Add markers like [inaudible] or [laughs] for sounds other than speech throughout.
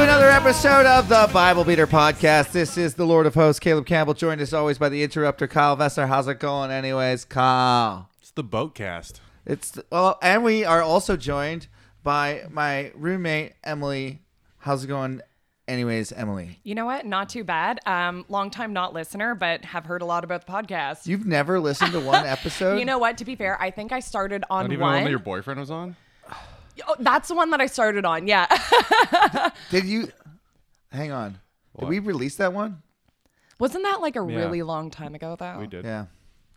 episode of the Bible Beater Podcast. This is the Lord of Hosts, Caleb Campbell, joined as always by the interrupter, Kyle Vesser. How's it going, anyways, Kyle? It's the boat cast. It's well, and we are also joined by my roommate Emily. How's it going, anyways, Emily? You know what? Not too bad. Um, long time not listener, but have heard a lot about the podcast. You've never listened to [laughs] one episode. You know what? To be fair, I think I started on Not even one one. that your boyfriend was on. oh, that's the one that I started on. Yeah. [laughs] did you? Hang on. Did What? we release that one? Wasn't that like a really long time ago though? We did. Yeah.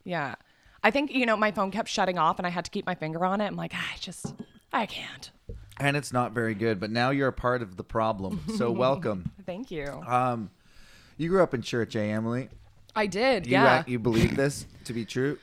Yeah. I think you know my phone kept shutting off, and I had to keep my finger on it. I'm like, "Ah, I just, I can't. And it's not very good, but now you're a part of the problem. [laughs] So welcome. Thank you. Um, you grew up in church, eh, Emily? I did. You, yeah. ac- you believe this to be true?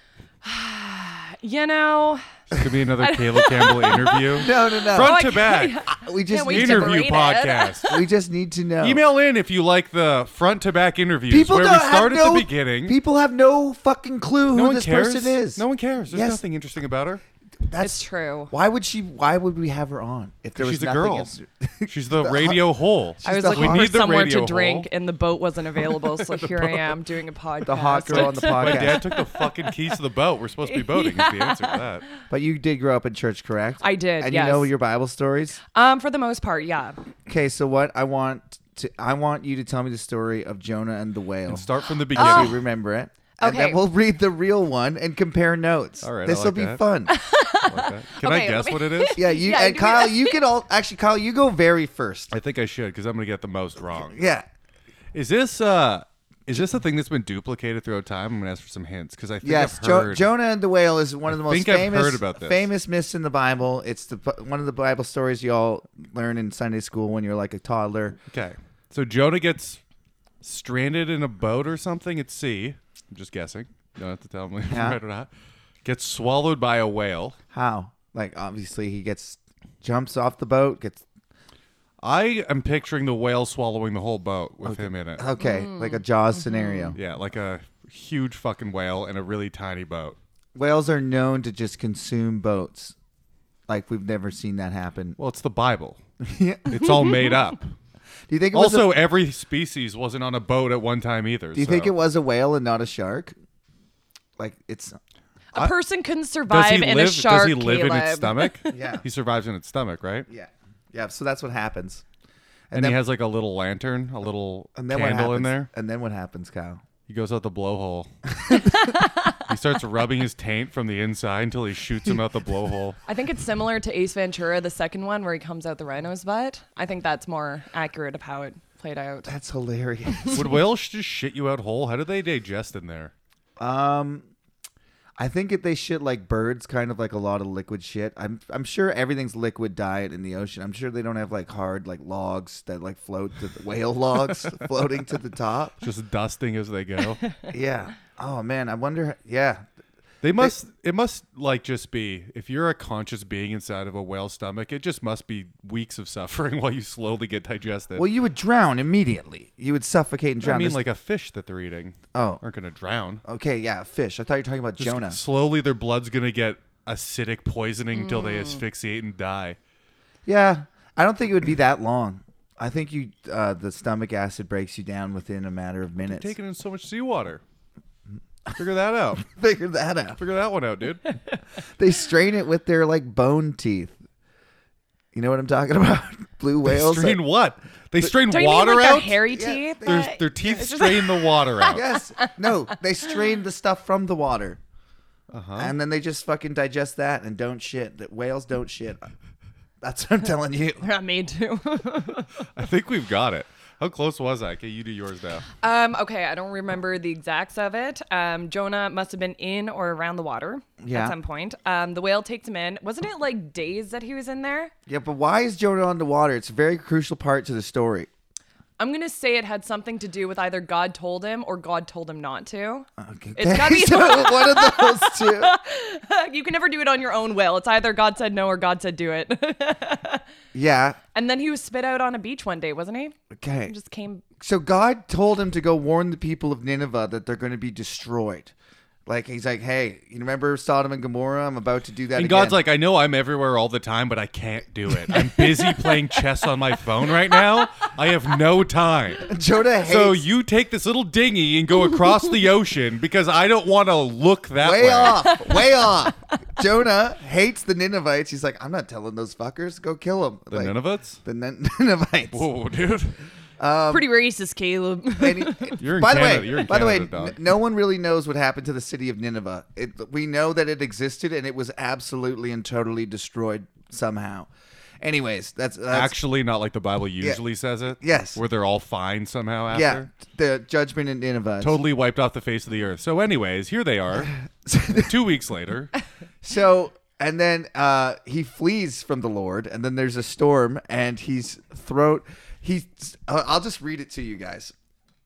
you know. This [laughs] could be another Caleb Campbell interview. [laughs] No, no, no. [laughs] Front I to [laughs] can't- back we just Can't wait need to interview [laughs] berated. podcast. we just need to know. Email in if you like the front to back interviews people where don't we have start at no, the beginning. People have no fucking clue who no one this cares. person is. No one cares. There's Yes. nothing interesting about her. That's It's true. Why would she? Why would we have her on if there was She's a nothing girl. else- [laughs] [laughs] She's the radio hole. I was the looking hot- We for need the somewhere radio to hole. drink, and the boat wasn't available. So here I am doing a podcast. the hot girl on the [laughs] My podcast. dad took the fucking keys to the boat. We're supposed to be [laughs] boating. Is the answer to that? but you did grow up in church, correct? I did, And yes. you know your Bible stories. [laughs] Um, for the most part, yeah. Okay, so what I want to I want you to tell me the story of Jonah and the whale. And start from the so beginning. you remember it. And Oh. Okay. then we'll read the real one and compare notes. All right, I this will like be that. [laughs] fun. Like that. Can Okay, I let guess me- what it is? [laughs] Yeah, you Yeah, and give me Kyle, [laughs] that. you can all actually Kyle, you go very first. I think I should because I'm gonna get the most wrong. Yeah. Is this uh is this a thing that's been duplicated throughout time? I'm gonna ask for some hints because I think Yes, I've jo- heard. Jonah and the whale is one of the most think I've famous heard about this. famous myths in the Bible. It's the one of the Bible stories you all learn in Sunday school when you're like a toddler. okay, so Jonah gets stranded in a boat or something at sea. I'm just guessing. You don't have to tell me [laughs] if Yeah. I'm right or not. Gets swallowed by a whale. How? Like obviously he gets jumps off the boat, gets I am picturing the whale swallowing the whole boat with him in it. okay, Mm. like a Mm-hmm. Jaws scenario. Yeah, like a huge fucking whale in a really tiny boat. Whales are known to just consume boats. Like we've never seen that happen. Well, it's the Bible. [laughs] Yeah. It's all made up. Do you think [laughs] it was Also, a, every species wasn't on a boat at one time either. Do you think so- it was a whale and not a shark? Like it's A person couldn't Does survive he in live? a does shark. he live in its Caleb. stomach? [laughs] Yeah. he survives in its stomach, right? yeah, yeah. So that's what happens. And, then- he has like a little lantern, a little And then what candle happens? in there. And then what happens, Kyle? He goes out [laughs] the blowhole. he starts rubbing his taint from the inside until he shoots him out [laughs] the blowhole. I think it's similar to Ace Ventura, the second one where he comes out the rhino's butt. I think that's more accurate of how it played out. That's hilarious. [laughs] Would whales just shit you out whole? How do they digest in there? um, I think if they shit like birds, kind of like a lot of liquid shit. I'm I'm sure everything's liquid diet in the ocean. I'm sure they don't have like hard like logs that like float to the whale [laughs] logs floating to the top. Just dusting as they go. Yeah. Oh man, I wonder. Yeah. They must. it must like just be. If you're a conscious being inside of a whale's stomach, it just must be weeks of suffering [laughs] while you slowly get digested. Well, you would drown immediately. You would suffocate and drown. I mean, There's- like a fish that they're eating. Oh. aren't gonna drown. okay, yeah, fish. I thought you were talking about Just Jonah. Slowly, their blood's gonna get acidic poisoning until Mm. they asphyxiate and die. Yeah, I don't think it would be that long. I think you, uh, the stomach acid breaks you down within a matter of minutes. Taking in so much seawater. Figure that [laughs] out. [laughs] Figure that out. Figure that one out, dude. They strain it with their like bone teeth. You know what I'm talking [laughs] about? Blue whales. strain what? They strain Don't you mean water like their out. hairy teeth? their, their teeth strain the water out. [laughs] yes. No, they strain the stuff from the water. Uh-huh. And then they just fucking digest that and don't shit. That whales don't shit. That's what I'm telling you. [laughs] [laughs] Yeah, me too. [laughs] I think we've got it. How close was I? Okay, you do yours now. um, okay, I don't remember the exacts of it. Um, Jonah must have been in or around the water Yeah. at some point. Um, the whale takes him in. Wasn't it like days that he was in there? Yeah, but why is Jonah on the water? It's a very crucial part to the story. I'm gonna say it had something to do with either God told him or God told him not to. Okay. [laughs] It's gotta be- [laughs] So one of those two. you can never do it on your own will. It's either God said no or God said do it. [laughs] Yeah. and then he was spit out on a beach one day, wasn't he? Okay. He just came. So God told him to go warn the people of Nineveh that they're going to be destroyed. Like he's like, hey, you remember Sodom and Gomorrah? I'm about to do that. And again. God's like, I know I'm everywhere all the time, but I can't do it. I'm [laughs] busy playing chess on my phone right now. I have no time. [laughs] Jonah hates So you take this little dinghy and go across the ocean because I don't want to look that way way. off, [laughs] way off. Jonah hates the Ninevites. He's like, I'm not telling those fuckers. Go kill them. The Ninevites? The Nin- [laughs] Ninevites. [laughs] Whoa, dude. Um, Pretty racist, Caleb. [laughs] And he- [laughs] You're in by the Canada- way, you're in by the way, Canada, dog. n- no one really knows what happened to the city of Nineveh. It, we know that it existed and it was absolutely and totally destroyed somehow. Anyways, that's, that's Actually, not like the Bible usually says it. Yes. Where they're all fine somehow after. yeah, the judgment in Nineveh. Totally wiped off the face of the earth. So, anyways, here [laughs] they are. Two weeks later. So and then uh, he flees from the Lord, and then there's a storm, and he's throat. He's. Uh, I'll just read it to you guys.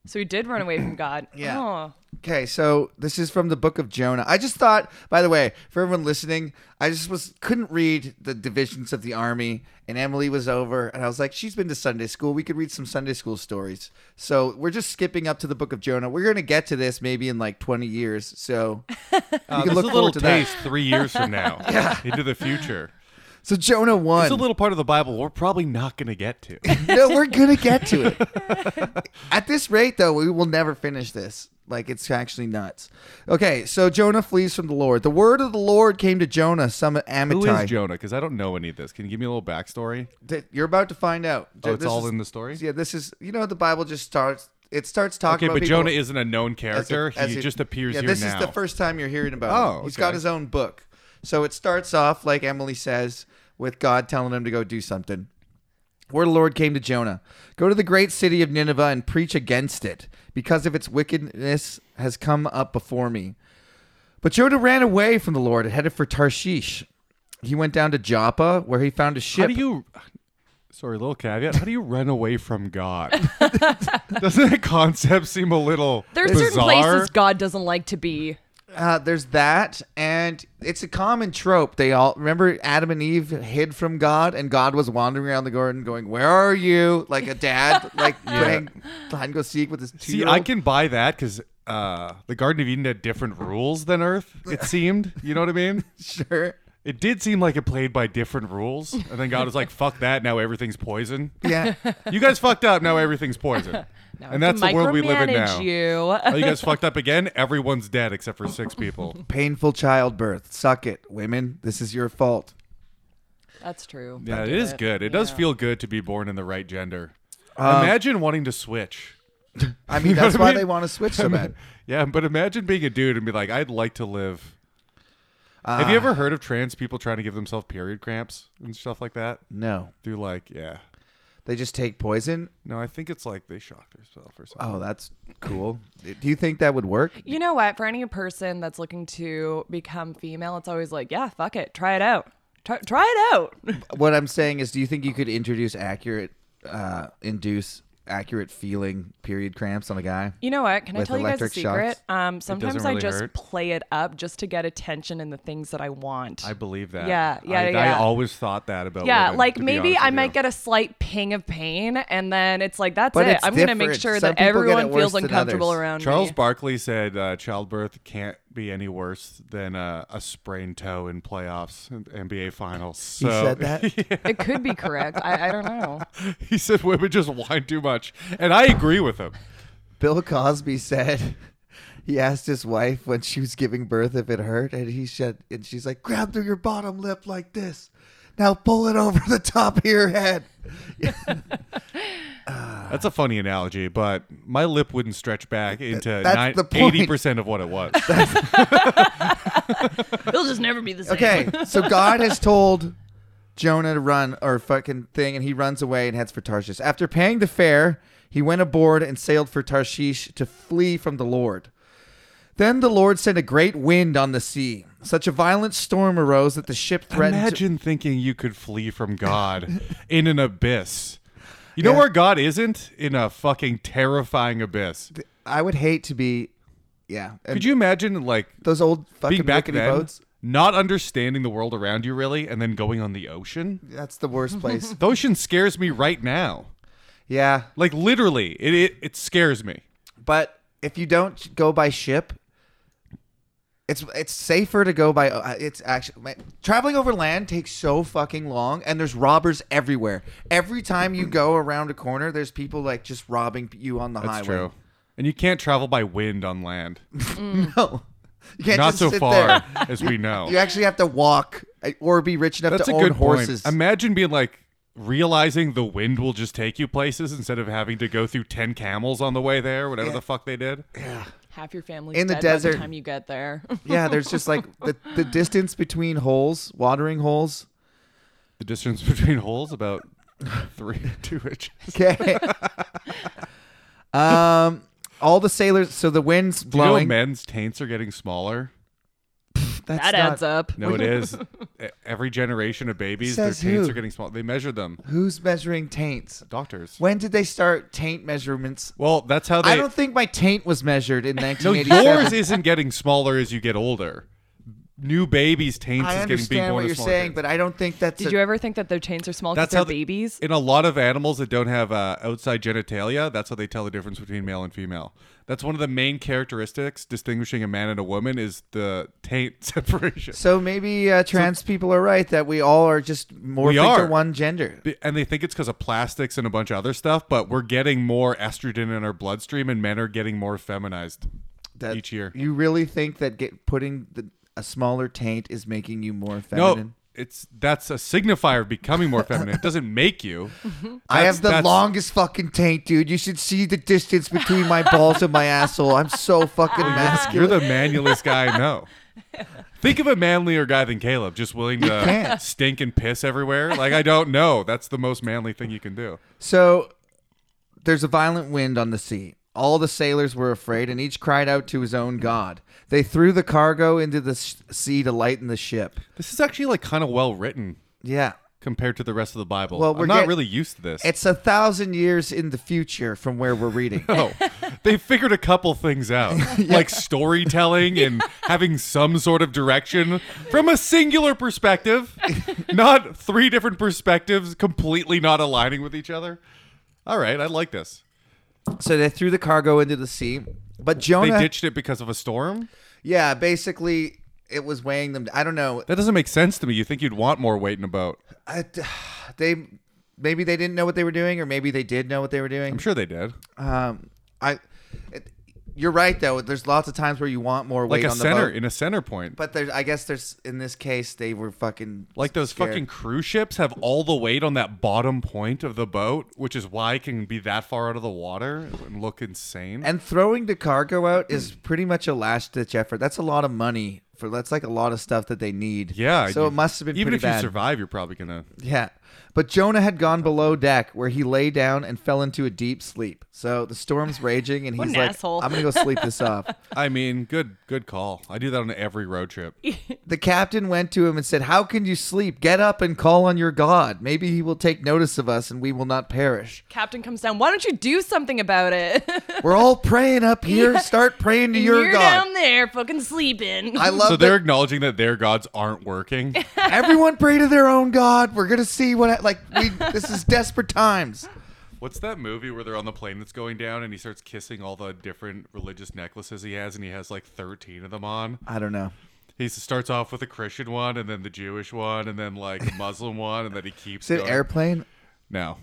so he did run away from God. [clears throat] Yeah. Oh. Okay, so this is from the book of Jonah. I just thought, by the way, for everyone listening, I just was couldn't read the divisions of the army, and Emily was over, and I was like, she's been to Sunday school. We could read some Sunday school stories. So we're just skipping up to the book of Jonah. We're gonna get to this maybe in like 20 years. [laughs] So can Uh, this look is a little forward to that. taste three years [laughs] from now into the future. so Jonah one. It's a little part of the Bible we're probably not going to [laughs] get to. no, we're gonna get to it. [laughs] At this rate, though, we will never finish this. Like it's actually nuts. Okay, so Jonah flees from the Lord. The word of the Lord came to Jonah, son of Who Amittai. is Jonah? Because I don't know any of this. Can you give me a little backstory? Th- You're about to find out. Oh, it's This all is- in the story. Yeah, this is. You know, the Bible just starts. It starts talking. okay, about but people Jonah isn't a as known a- character. as he a- just appears yeah, here this now. is the first time you're hearing about him. Oh, He's got okay. his own book. So it starts off like Emily says, with God telling him to go do something. Where the Lord came to Jonah, go to the great city of Nineveh and preach against it, because of its wickedness has come up before me. But Jonah ran away from the Lord and headed for Tarshish. He went down to Joppa, where he found a How ship. do you? [sighs] Sorry, little caveat. How do you run away from God? [laughs] Doesn't that concept seem a little There's certain bizarre? places God doesn't like to be. Uh, there's that, and it's a common trope. They all remember Adam and Eve hid from God, and God was wandering around the garden, going, "Where are you?" Like a [laughs] dad, like playing hide and go seek with his two. See, [laughs] I can buy that because uh, the Garden of Eden had different rules than Earth. [laughs] It seemed. You know what I mean? sure. It did seem like it played by different rules, and then God was like, "Fuck that! Now everything's poison." [laughs] Yeah, You guys fucked up. Now everything's poison. Now and I that's have to the world we live in micromanage now. You. [laughs] Oh, you guys fucked up again. Everyone's dead except for six people. painful childbirth. Suck it, women. This is your fault. That's true. Yeah, I it get is good. It does Yeah. feel good to be born in the right gender. imagine wanting to switch. I [laughs] mean, know that's what [laughs] I why mean? they want to switch so bad. Yeah, but imagine being a dude and be like, I'd like to live. Have you Ah. ever heard of trans people trying to give themselves period cramps and stuff like that? No, Through like, yeah. they just take poison. No, I think it's like they shock themselves or something. Oh, that's cool. Do you think that would work? You know what? For any person that's looking to become female, it's always like, yeah, fuck it, try it out, try, try it out. [laughs] What I'm saying is, do you think you could introduce accurate, uh, induce accurate feeling period cramps on a guy? You know what? Can I With tell you guys a electric secret? shocks? Um, sometimes I really just hurt. play it up just to get attention in the things that I want. I believe that. Oh. Yeah, yeah, I, yeah. I always thought that about. yeah, women, like to be maybe honest I with might you. get a slight ping of pain, and then it's like that's But it. it's I'm gonna make different. sure Some that people get it everyone feels worse than uncomfortable others. around Charles me. Barkley said uh, childbirth can't be any worse than a, a sprained toe in playoffs and NBA finals. So, he said that. it could be correct. I, I [laughs] don't know. [laughs] he said women just whine too much, and I agree with him. Bill Cosby said [laughs] he asked his wife when she was giving birth if it hurt, and he said, and she's like, "Grab through your bottom lip like this. Now pull it over the top of your head." That's a funny analogy, but my lip wouldn't stretch back into that's nine- the point. 80% of what [laughs] it was. It'll just never be the same. [laughs] Okay, so God has told Jonah to run or fucking thing, and he runs away and heads for Tarshish. After paying the fare, he went aboard and sailed for Tarshish to flee from the Lord. Then the Lord sent a great wind on the sea. Such a violent storm arose that the ship threatened. to- Imagine thinking you could flee from [laughs] God in an abyss. You know Yeah. where God isn't? In a fucking terrifying abyss. I would hate to be, yeah. Could you imagine, like, those old being fucking back rickety then, boats? not understanding the world around you really, and then going on the ocean? That's the worst [laughs] place. The ocean scares me right now. yeah, Like literally, it it, it scares me. but if you don't go by ship, It's it's safer to go by. uh, It's actually man, traveling over land takes so fucking long, and there's robbers everywhere. Every time you go around a corner, there's people like just robbing you on the highway. That's true. And you can't travel by wind on land. No, [laughs] you can't Not just so sit far there. as [laughs] we know. You actually have to walk uh, or be rich enough That's to a own good horses. point. Imagine being like realizing the wind will just take you places instead of having to go through 10 camels on the way there, whatever Yeah. the fuck they did. Half your family's In the dead by desert. the time you get there. [laughs] yeah, there's just like the the distance between holes, watering [laughs] holes. The [laughs] distance between holes about three, two inches. Okay. [laughs] um, all the sailors. So the wind's Do you know blowing. men's taints are getting smaller? That's that not- adds up. No, it is. E- Every generation of babies, their Says taints who? are getting smaller. They measure them. Who's measuring taints? Doctors. When did they start taint measurements? Well, that's how they. I don't think my taint was measured in [laughs] no, 1987. yours isn't getting smaller as you get older. New babies' taints I is getting big. understand what you're saying, but I don't think that's. Did a- you ever think that their chains are small because That's they're how the- [laughs] babies? in a lot of animals that don't have uh, outside genitalia, that's how they tell the difference between male and female. That's one of the main characteristics distinguishing a man and a woman is the taint [laughs] separation. so maybe uh, trans people are right that we all are just more are. to one gender. Be- and they think it's because of plastics and a bunch of other stuff, but we're getting more estrogen in our bloodstream, and men are getting more feminized That each year. you really think that get, putting the, a smaller taint is making you more No, feminine? it's that's a signifier of becoming more feminine. It doesn't make you. I have the That's- longest fucking taint, dude. You should see the distance between my balls and my [laughs] asshole. I'm so fucking [laughs] You're masculine. the manliest guy I know. Think of a manlier guy than Caleb, just willing to can't. stink and piss everywhere. Like I don't know. That's the most manly thing you can do. So there's a violent wind on the sea. All the sailors were afraid, and each cried out to his own god. They threw the cargo into the s sea to lighten the ship. This is actually like kind of well written Yeah. compared to the rest of the Bible. Well, we're I'm not get- really used to this. It's a thousand years in the future from where we're reading. [laughs] Oh, they figured a couple things out, [laughs] like storytelling and having some sort of direction from a [laughs] singular perspective, not three different perspectives completely not aligning with each other. All right, I like this. so they threw the cargo into the sea, but They Jonah. ditched it because of a storm. yeah, basically, it was weighing them. I don't know. That doesn't make sense to me. You think you'd want more weight in a boat? I, [sighs] they maybe they didn't know what they were doing, or maybe they did know what they were doing. I'm sure they did. Um, I, it, you're right though. There's lots of times where you want more Like weight a on the center boat, in a center point. but there's, I guess there's in this case they were fucking Like those scared. fucking cruise ships have all the weight on that bottom point of the boat, which is why it can be that far out of the water and look insane. And throwing the cargo out is pretty much a last ditch effort. That's a lot of money for that's like a lot of stuff that they need. yeah. So you- it must have been even pretty if bad. you survive, you're probably gonna. Yeah. But Jonah had gone below deck where he lay down and fell into a deep sleep. So the storm's raging and What he's an like, asshole. I'm going to go sleep [laughs] this off. I mean, good, good call. I do that on every road trip. The captain went to him and said, How can you sleep? Get up and call on your God. Maybe he will take notice of us and we will not perish. Captain comes down. Why don't you do something about it? [laughs] We're all praying up here. Start praying to your You're God. down there fucking sleeping. I love So that they're acknowledging that their gods aren't working. everyone pray to their own God. We're gonna see what like we this is desperate times. What's that movie where they're on the plane that's going down and he starts kissing all the different religious necklaces he has and he has like 13 of them on? I don't know. He starts off with a Christian one, and then the Jewish one, and then like a Muslim one, and then he keeps. Is it Oh. going. airplane? No,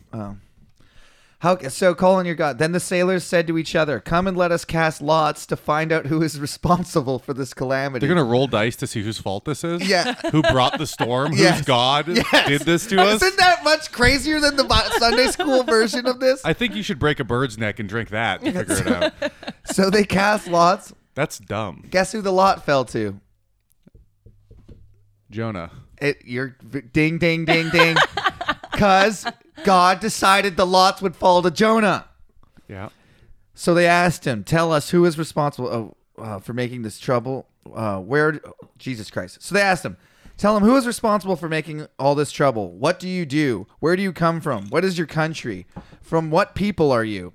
How so call on your God. Then the sailors said to each other, Come and let us cast lots to find out who is responsible for this calamity. they're gonna roll dice to see whose fault this is. [laughs] Yeah. who brought the storm? Yes. Whose God did this to [laughs] us? Isn't that much crazier than the Bi- Sunday school version of this? I think you should break a bird's neck and drink that to figure it out. [laughs] So they cast lots. That's dumb, Guess who the lot fell to? Jonah. It your ding ding ding [laughs] ding. Cause God decided the lots would fall to Jonah. Yeah, So they asked him, "Tell us who is responsible uh, uh, for making this trouble? Uh, where Jesus Christ?" So they asked him, "Tell him who is responsible for making all this trouble? What do you do? Where do you come from? What is your country? From what people are you?"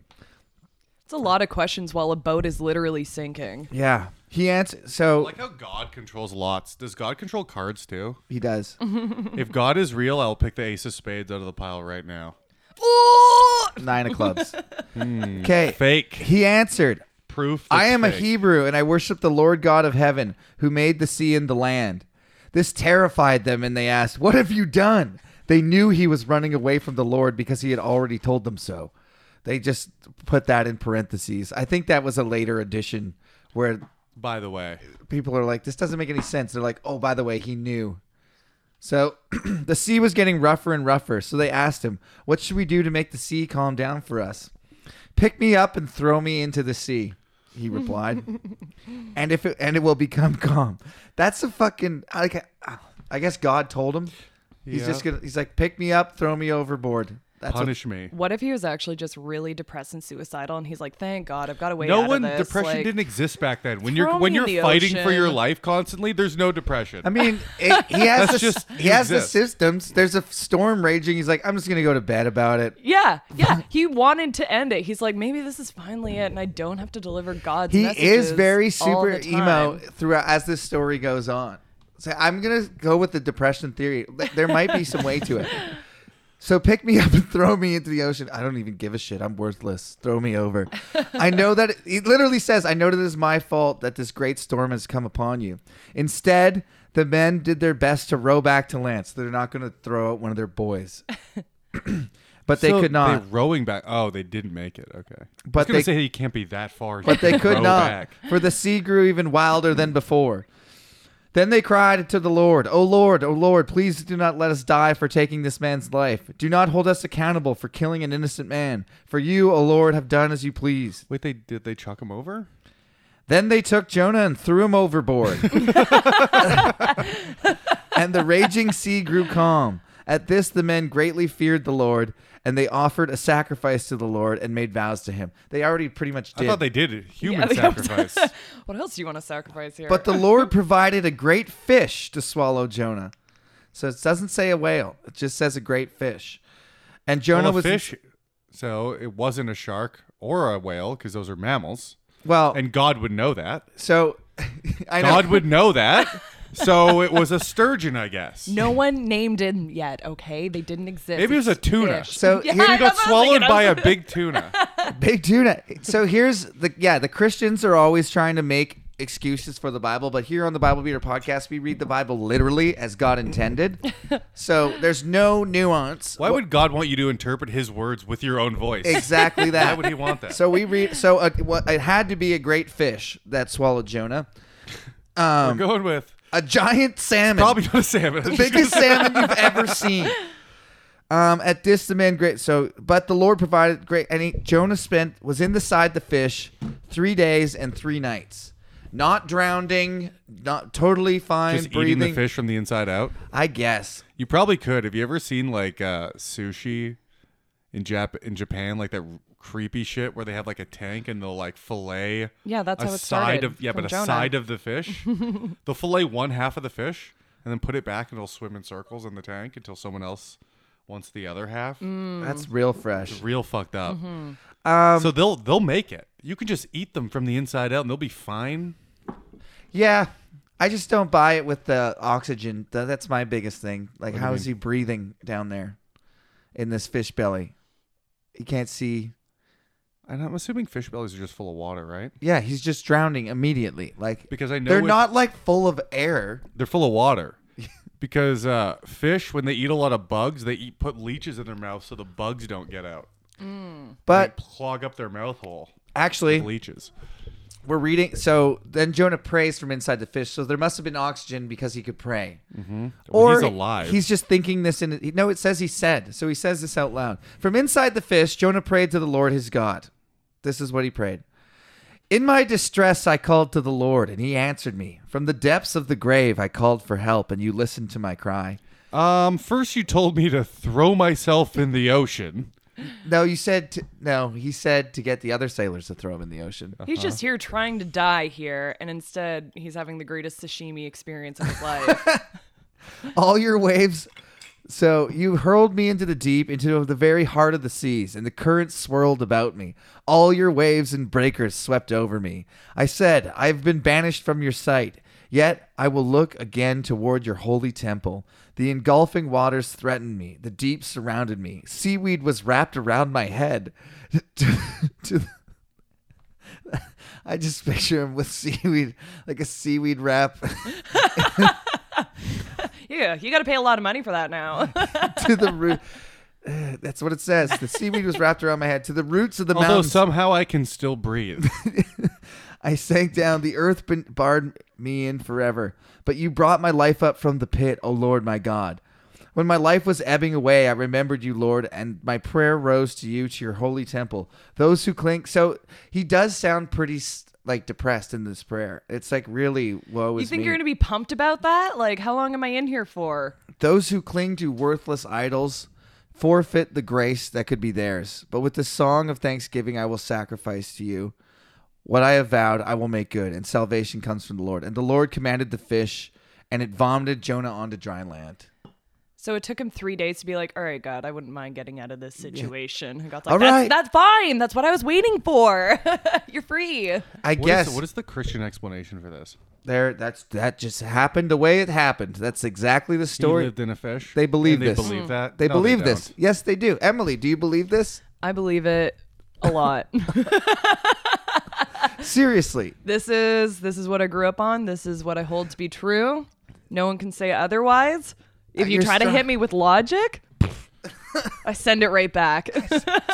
It's a lot of questions while a boat is [laughs] literally sinking. Yeah, he answered. So like how God controls lots. Does God control cards too? he does. if God is real, I'll pick the Ace of Spades out of the pile right now. Ooh! Nine of clubs. Okay. Fake. He answered, proof. I am a fake. Hebrew and I worship the Lord God of heaven who made the sea and the land. This terrified them and they asked, What have you done? They knew he was running away from the Lord because he had already told them so. They just put that in parentheses. I think that was a later addition where By the way, people are like, This doesn't make any sense. They're like, Oh, by the way, he knew. So [clears throat] the sea was getting rougher and rougher. So they asked him, What should we do to make the sea calm down for us? Pick me up and throw me into the sea, he replied. and if it, and it will become calm. That's a fucking like I guess God told him. He's Yeah. just gonna he's like, Pick me up, throw me overboard. That's what- punish me. What if he was actually just really depressed and suicidal, and he's like, "Thank God, I've got a way out no of one this," depression like- didn't exist back then. When you're throw when me in you're the fighting for your ocean. life constantly, there's no depression. I mean, it, [laughs] he has That's the, just- he has the exists. systems. There's a storm raging. He's like, I'm just gonna go to bed about it. Yeah, [laughs] yeah. he wanted to end it. He's like, maybe this is finally it, and I don't have to deliver God's. he messages is very all super the [laughs] emo time." throughout as this story goes on so i'm gonna go with the depression theory there might be some way to [laughs] it so pick me up and throw me into the ocean i don't even give a shit i'm worthless throw me over i know that he literally says i know that it is my fault that this great storm has come upon you instead the men did their best to row back to land so they're not gonna throw out one of their [laughs] boys [clears throat] but they So could not They rowing back. Oh, they didn't make it. Okay, I was But gonna they- say you can't be that far. but they could Row not, back. for the sea grew even wilder than before. Then they cried to the Lord, O Lord, O Lord, please do not let us die for taking this man's life. Do not hold us accountable for killing an innocent man. For you, O Lord, have done as you please. Wait, they did they chuck him over? Then they took Jonah and threw him overboard. [laughs] and the raging sea grew calm. At this, the men greatly feared the Lord, and they offered a sacrifice to the Lord and made vows to him. They already pretty much did. I thought they did it. [laughs] Yeah, human they- sacrifice. what else do you want to sacrifice here? But the Lord [laughs] provided a great fish to swallow Jonah. So it doesn't say a whale, it just says a great fish. And Jonah Well, Oh, a was fish, so it wasn't a shark or a whale because those are mammals, well, and God would know that. so [laughs] I know [laughs] God would know that. [laughs] So it was a sturgeon, I guess. no one named him yet. Okay, they didn't exist. Maybe it was a It's tuna. fish. So [laughs] Yeah, here- He He got that's what I was swallowed thinking. I by was- a big tuna. big tuna. So here's the yeah, the Christians are always trying to make excuses for the Bible, but here on the Bible Beater podcast, we read the Bible literally as God intended. [laughs] So there's no nuance. Why would God want you to interpret His words with your own [laughs] voice? exactly that? [laughs] Why would he want [laughs] that? So we read. So uh, what- it had to be a great fish that swallowed Jonah. We're going with A giant salmon. probably not a [laughs] salmon. the um, biggest salmon you've ever seen. Um, at this the man great so but the Lord provided great and he, Jonah spent was in the side the fish three days and three nights. Not drowning, not totally fine, Just eating breathing. the fish from the inside out. I guess. You probably could. Have you ever seen like uh, sushi in Jap in Japan, like that creepy shit where they have like a tank and they'll like fillet? Yeah, that's a how it side started of yeah, but from a Jonah. side of the [laughs] fish. they'll fillet one half of the fish and then put it back and it'll swim in circles in the tank until someone else wants the other half. Mm. That's real fresh. Real fucked up. so they'll they'll make it. You can just eat them from the inside out and they'll be fine. Yeah. I just don't buy it with the oxygen. Th- That's my biggest thing. Like how is he breathing down there in this fish belly? He can't see. And I'm assuming fish bellies are just full of water, right? Yeah, he's just drowning immediately. Like Because I know they're with- not like full of air. They're full of [laughs] water. Because uh, fish, when they eat a lot of bugs, they eat put leeches in their mouth so the bugs don't get out. But they clog up their mouth hole. with actually, leeches. we're reading. So then Jonah prays from inside the fish. So there must have been oxygen because he could pray. Mm-hmm. Well, Or he's alive. He's just thinking this in. No, it says he said. So he says this out loud. From inside the fish, Jonah prayed to the Lord his God. This is what he prayed. In my distress, I called to the Lord, and he answered me. From the depths of the grave, I called for help, and you listened to my cry. Um, first you told me to throw myself in the ocean. No, you said, to, no, he said to get the other sailors to throw him in the ocean. [laughs] He's just here trying to die here, and instead he's having the greatest sashimi experience of his life. [laughs] all your waves. So you hurled me into the deep, into the very heart of the seas, and the current swirled about me. All your waves and breakers swept over me. I said, I've been banished from your sight. Yet I will look again toward your holy temple. The engulfing waters threatened me. The deep surrounded me. [laughs] Seaweed was wrapped around my head. To- to- [laughs] I just picture him with seaweed, like a seaweed wrap. Yeah, you got to pay a lot of money for that [laughs] now. to the root. Uh, That's what it says. The seaweed was wrapped around my head to the roots of the Although mountains. somehow I can still [laughs] breathe. I sank down. The earth ban- barred me in forever. But you brought my life up from the pit, O Lord my God. When my life was ebbing away, I remembered you, Lord, and my prayer rose to you, to your holy temple. Those who cling. So he does sound pretty s- like depressed in this prayer. It's like really woe you is think me. you're going to be pumped about that? Like, how long am I in here for? Those who cling to worthless idols forfeit the grace that could be theirs. But with the song of thanksgiving, I will sacrifice to you. What I have vowed, I will make good, and salvation comes from the Lord. And the Lord commanded the fish, and it vomited Jonah onto dry land. So it took him three days to be like, all right, God, I wouldn't mind getting out of this situation. And God's like, All that's, right. that's fine. That's what I was waiting for. [laughs] You're free. I What is- guess what is the Christian explanation for this? there. That's that just happened the way it happened. That's exactly the He story. lived in a fish. They believe and this. They believe that. They No, believe this. don't. Yes, they do. Emily, do you believe this? I believe it a lot. [laughs] Seriously, this is this is what I grew up on. This is what I hold to be true. No one can say otherwise. Uh, If you You're try to strong. hit me with logic, [laughs] I send it right back. [laughs]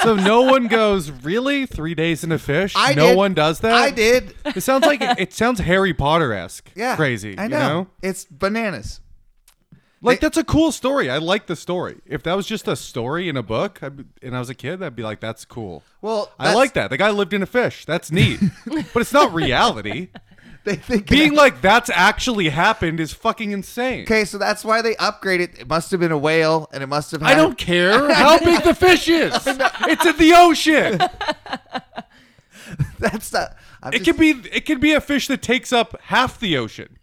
So no one goes really three days in a fish. I no did. one does that. I did. It sounds [laughs] like it sounds Harry Potter esque. Yeah, crazy. I you know. It's bananas. Like They- that's a cool story. I like the story. If that was just a story in a book, I'd be, and I was a kid, I'd be like, "That's cool." Well, I like that. The guy lived in a fish. [laughs] That's neat, but it's not reality. They think Being like that's actually happened is fucking insane. Okay, so that's why they upgraded. It must have been a whale, and it must have. Had I don't care how big the fish is. It's in the ocean. [laughs] That's not. I'm It just- could be. It could be a fish that takes up half the ocean.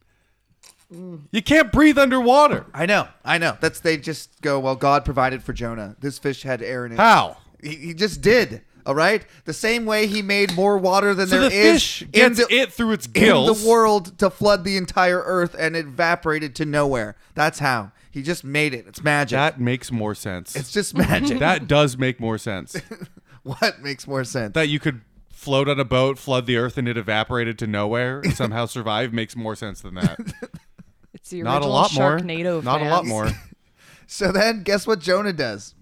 You can't breathe underwater. I know. I know. That's they just go. Well, God provided for Jonah. This fish had air in it. How? He, he just did. All right. The same way he made more water than So there the is fish in gets the it through its in gills. the world to flood the entire earth and it evaporated to nowhere. That's how he just made it. It's magic. That makes more sense. it's just magic. [laughs] that does make [laughs] more sense. what makes more sense? that you could float on a boat, flood the earth, and it evaporated to nowhere and somehow survive makes more sense [laughs] than that. It's the original Not a lot more. Sharknado. Not a lot [laughs] fans. more. So then, guess what Jonah does?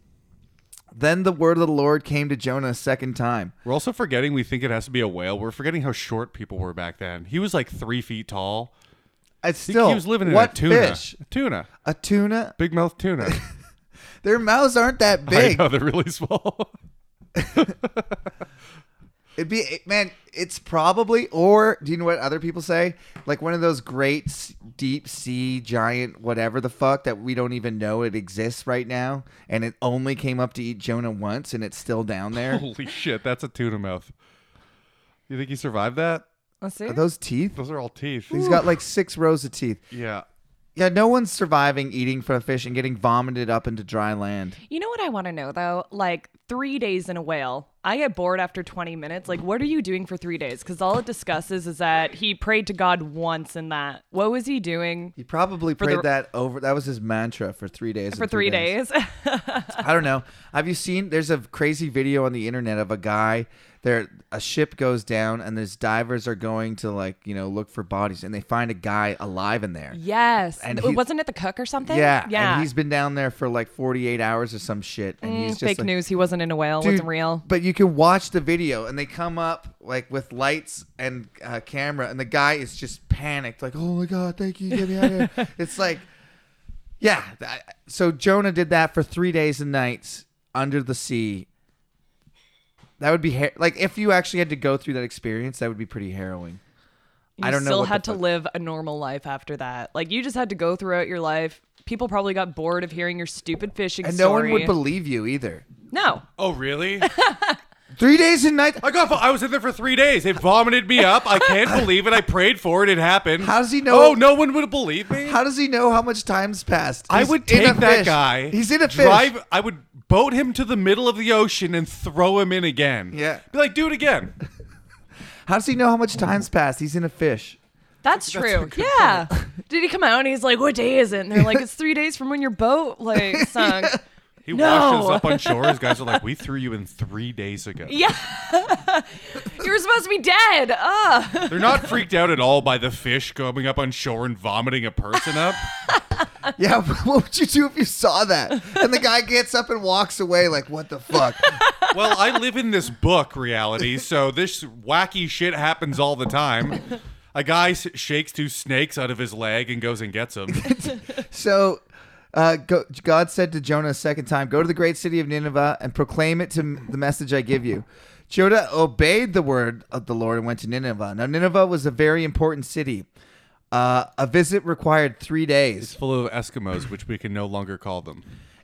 Then the word of the Lord came to Jonah a second time. We're also forgetting we think it has to be a whale. We're forgetting how short people were back then. He was like three feet tall. It's He- still he was living in what a tuna. fish? Tuna. A tuna. Big mouth tuna. [laughs] Their mouths aren't that [laughs] I big. know they're really small. [laughs] It'd be it- man. It's probably or do you know what other people say? Like one of those great s- deep sea giant whatever the fuck that we don't even know it exists right now, and it only came up to eat Jonah once, and it's still down [laughs] there. Holy shit, that's a tuna mouth. You think he survived that? Let's see. Are those teeth? Those are all teeth. He's got like six rows of teeth. yeah. Yeah, no one's surviving eating from a fish and getting vomited up into dry land. You know what I want to know though? Like three days in a whale. I get bored after 20 minutes. Like, what are you doing for three days? Because all it discusses is that he prayed to God once in that. What was he doing He probably prayed the- that over. That was his mantra for three days. for and three days? [laughs] I don't know. Have you seen? There's a crazy video on the internet of a guy. There, a ship goes down, and these divers are going to like you know look for bodies, and they find a guy alive in there. yes. And W- he- Wasn't it the cook or something? Yeah, Yeah. Mm, And he's been down there for like 48 hours or some shit, and he's just Fake like, news. He wasn't in a whale. Dude, wasn't real. But you can watch the video, and they come up like with lights and uh, camera, and the guy is just panicked, like, "Oh my god, thank you, get me out of [laughs] here!" it's like, yeah. I- So Jonah did that for three days and nights under the sea. That would be har- like if you actually had to go through that experience, that would be pretty harrowing. You I don't know still what the had to fuck- live a normal life after that. Like you just had to go throughout your life. People probably got bored of hearing your stupid fishing And no story. one would believe you either. no. Oh, really? Three days and nights. [laughs] I got. I was in there for three days. It vomited me up. [laughs] I can't believe it. I prayed for it. It happened. How does he know- Oh, no one would believe me. How does he know how much time's passed? I He's would in a take that fish. guy. He's in a fish. drive, I would boat him to the middle of the ocean and throw him in again. Yeah. Be like, do it again. How does he know how much time's passed? He's in a fish. That's true. yeah. [laughs] Did he come out and he's like, "What day is it?" And they're like, "It's three days from when your boat [laughs] like sunk." He No. [laughs] washes up on shore. His guys are like, we threw you in three days ago. yeah. [laughs] You were supposed to be dead. Ugh. They're not freaked out at all by the fish coming up on shore and vomiting a person [laughs] up. Yeah, [laughs] but what would you do if you saw that? And the guy gets up and walks away like, what the fuck? Well, I live in this book reality, so this wacky shit happens all the time. A guy s- shakes two snakes out of his leg and goes and gets them. so uh, go, God said to Jonah a second time, Go to the great city of Nineveh and proclaim it to m- the message I give you. Jonah obeyed the word of the Lord and went to Nineveh. Now, Nineveh was a very important city. Uh, a visit required three days. [laughs] Full of Eskimos, which we can no longer call them.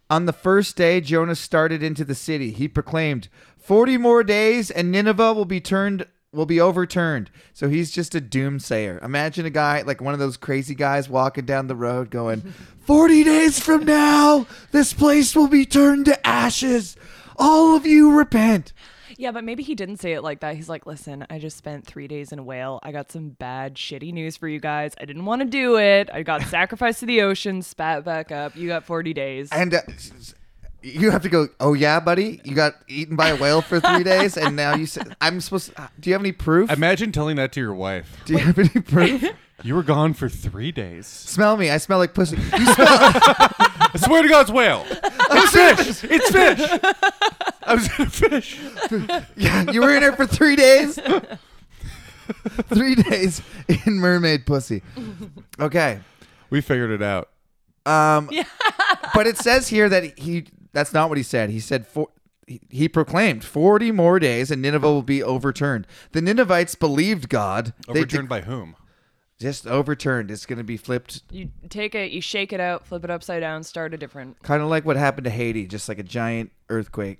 On the first day, Jonah started into the city. He proclaimed, 40 more days and Nineveh will be turned will be overturned. So he's just a doomsayer. Imagine a guy like one of those crazy guys walking down the road going, 40 days from now, this place will be turned to ashes. All of you repent. Yeah, but maybe he didn't say it like that. He's like, listen, I just spent three days in a whale. I got some bad, shitty news for you guys. I didn't want to do it. I [laughs] got sacrificed to the ocean, spat back up. You got 40 days. And uh, s- s- you have to go, "Oh yeah, buddy, you got eaten by a whale for 3 days and now you say I'm supposed to, do you have any proof? Imagine telling that to your wife. do you have any proof? You were gone for three days. smell me. I smell like pussy. You I swear to God, it's whale. It's fish. It's fish. I was in a fish. Yeah, you were in there for three days. three days in mermaid pussy. Okay. We figured it out. Um, but it says here that he, that's not what he said. He said, for, he, he proclaimed 40 more days and Nineveh will be overturned. The Ninevites believed God. They Overturned by whom? de- just overturned. It's going to be flipped. you take it, you shake it out, flip it upside down, start a different. Kind of like what happened to Haiti, just like a giant earthquake.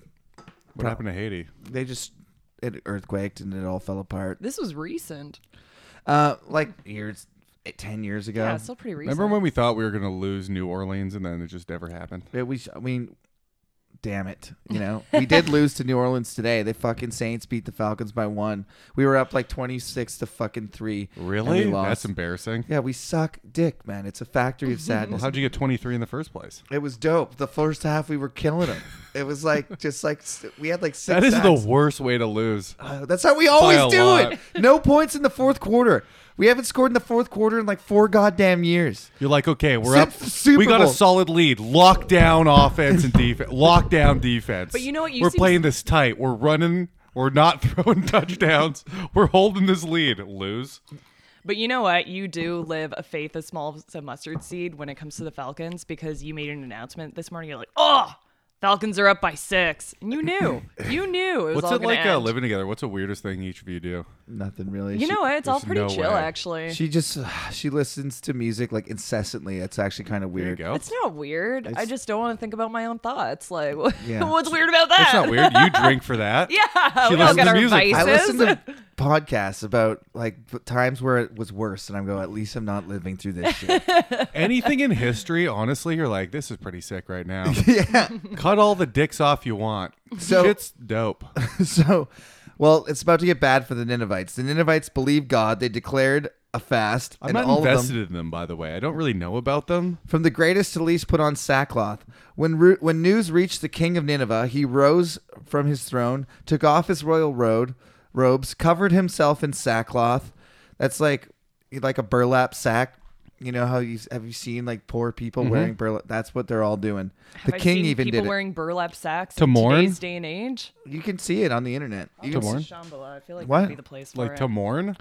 What happened to Haiti? They just, it earthquaked and it all fell apart. This was recent. Uh, like years, 10 years ago. Yeah, it's still pretty recent. Remember when we thought we were going to lose New Orleans and then it just never happened? Yeah, we. I mean, damn it. You know, we [laughs] did lose to New Orleans today. The fucking Saints beat the Falcons by one. We were up like twenty six to fucking three. and we Really? lost. That's embarrassing. yeah, we suck dick, man. It's a factory [laughs] of Well, sadness. how'd you get 23 in the first place? it was dope. The first half we were killing them. It was like [laughs] just like s- we had like six. That is sacks. the worst way to lose. Uh, that's how we always a do lot. it. [laughs] No points in the fourth quarter. We haven't scored in the fourth quarter in like four goddamn years. You're like, okay, we're Since up. the Super we got a Bowl. solid lead. Lockdown offense and [laughs] defense. Lockdown defense. But you know what? You we're seem- playing this tight. We're running. We're not [laughs] throwing touchdowns. We're holding this lead. Lose. But you know what? You do live a faith as small as a mustard seed when it comes to the Falcons because you made an announcement this morning. You're like, oh, Falcons are up by six. And you knew. [laughs] You knew. It was What's all it gonna like uh, end. living together? What's the weirdest thing each of you [laughs] do? Nothing really. You She- know what? It's all there's pretty no chill, way. actually. She just uh, she listens to music like incessantly. It's actually kind of There you weird. go. it's not weird. I It's- just don't want to think about my own thoughts. Like, [laughs] Yeah. what's weird about that? That's not weird. You drink for that. [laughs] Yeah, She we all listens got to our music. vices. I listen to podcasts about like the times where it was worse, and I'm going, at least I'm not living through this shit. [laughs] Anything in history, honestly, you're like, this is pretty sick [laughs] right now. yeah. Cut all the dicks off you want. So- Shit's dope. so, well, it's about to get bad for the Ninevites. The Ninevites believe God. They declared a fast, I'm and not all of invested them, in them, by the way. I don't really know about them. from the greatest to least, put on sackcloth. When ru- when news reached the king of Nineveh, he rose from his throne, took off his royal road robes, covered himself in sackcloth. That's like like a burlap sack. You know how you have you seen like poor people wearing burlap? That's what they're all doing. [laughs] the I've king seen even people did it. wearing burlap sacks To in mourn? today's day and age. You can see it on the internet. You can To mourn? Shambhala, I feel like What? would be the place for Like it. to mourn?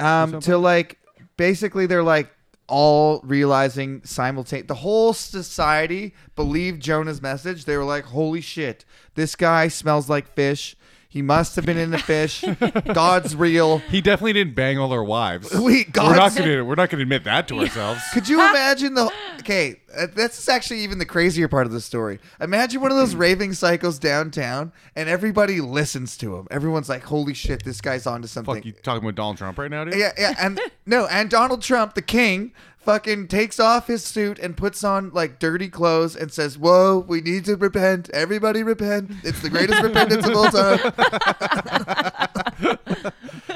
um, to like basically they're like all realizing simultaneously the whole society believed jonah's message they were like holy shit this guy smells like fish he must have been in the [laughs] fish god's real He definitely didn't bang all our wives. we we're not god's gonna we're not gonna admit that to ourselves. could you imagine the okay uh, this is actually even the crazier part of the story imagine one of those raving cycles downtown and everybody listens to him everyone's like holy shit this guy's onto something Fuck you talking about Donald Trump right now, dude? Yeah, yeah, and [laughs] no, and Donald Trump, the king, fucking takes off his suit and puts on like dirty clothes and says, "Whoa, we need to repent. Everybody repent. It's the greatest repentance of all time."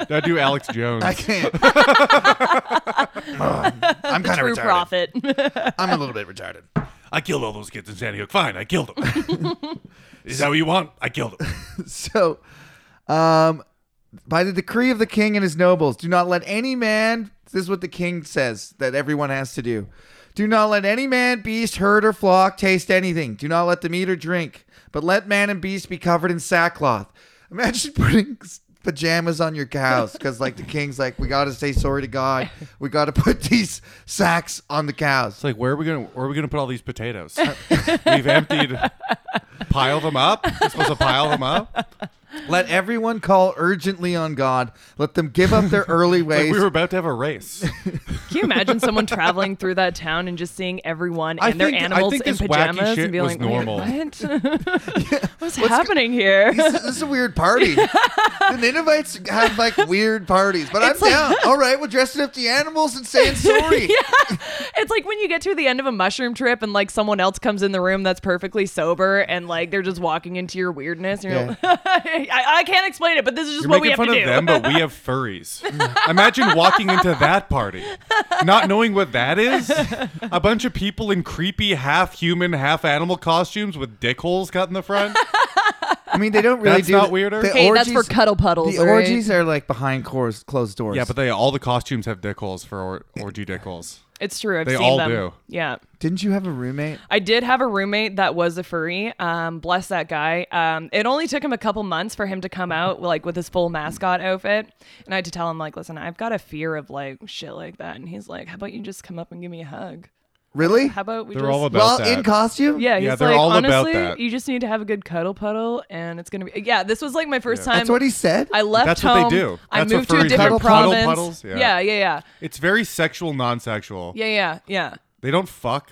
That do Alex Jones. [laughs] I can't. I'm kind of True retarded. prophet. [laughs] I'm a little bit retarded. I killed all those kids in Sandy Hook. Fine, I killed [laughs] them. Is that what you want? I killed them. So, um, by the decree of the king and his nobles, do not let any man. This is what the king says that everyone has to do. Do not let any man, beast, herd, or flock taste anything. Do not let them eat or drink, but let man and beast be covered in sackcloth. Imagine [laughs] putting s- pajamas on your cows because, like, the king's like, we got to say sorry to God. We got to put [laughs] these sacks on the cows. It's like where are we gonna where are we gonna put all these [laughs] potatoes? We've emptied pile them up. We're supposed to pile them up. Let everyone call urgently on God. Let them give up their early ways. [laughs] Like we were about to have a race. Can you imagine someone traveling through that town and just seeing everyone and I their think- I animals think in this wacky pajamas shit and be was like, "Wait, normal." what? [laughs] What's happening here? this, is- this is a weird [laughs] party. the Ninevites have like weird parties, but I'm down. All right, we're dressing up the animals and [laughs] saying sorry. It's like when you get to the end of a mushroom trip and like someone else comes in the room that's perfectly sober and like they're just walking into your weirdness. And you're like, [laughs] I, I can't explain it, but this is just You're what we making have fun to of do. them, but we have furries. [laughs] Imagine walking into that party, not knowing what that is. A bunch of people in creepy half human, half animal costumes with dick holes cut in the front. I mean, they don't really That's do. not weirder? the Hey, orgies- cuddle puddles. The orgies are like behind closed, closed doors. Yeah, but they all the costumes have dick holes for or, orgy dick holes. [laughs] It's true. I've They seen all them. do. Yeah. didn't you have a roommate? I did have a roommate that was a furry. Um, bless that guy. Um, it only took him a couple months for him to come out like with his full mascot outfit, and I had to tell him like, listen, I've got a fear of like shit like that, and he's like, how about you just come up and give me a hug? Really? How about we They're just all about Well, that. in costume. yeah, he's Yeah, they're like, all about honestly, that. you just need to have a good cuddle puddle, and it's gonna be. Yeah, this was like my first time. that's what he said. I left That's what they home. do. I That's what moved to furries a do. Cuddle different province. puddles? Yeah. yeah, yeah, yeah, It's very sexual, non-sexual. yeah, yeah, yeah. They don't fuck.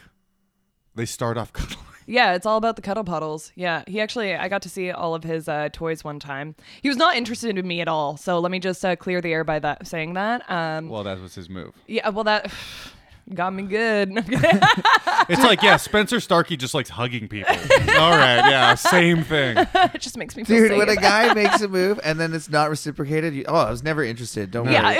They start off cuddling. Yeah, it's all about the cuddle puddles. Yeah, he actually, I got to see all of his uh, toys one time. He was not interested in me at all. So let me just uh, clear the air by that saying that. Um, Well, that was his move. yeah, well that [sighs] got me good. [laughs] It's like, yeah, Spencer Starkey just likes hugging people. All right, yeah, same thing. it just makes me feel Dude, safe. when a [laughs] guy makes a move and then it's not reciprocated, you, oh, I was never interested. Don't worry. [laughs] yeah,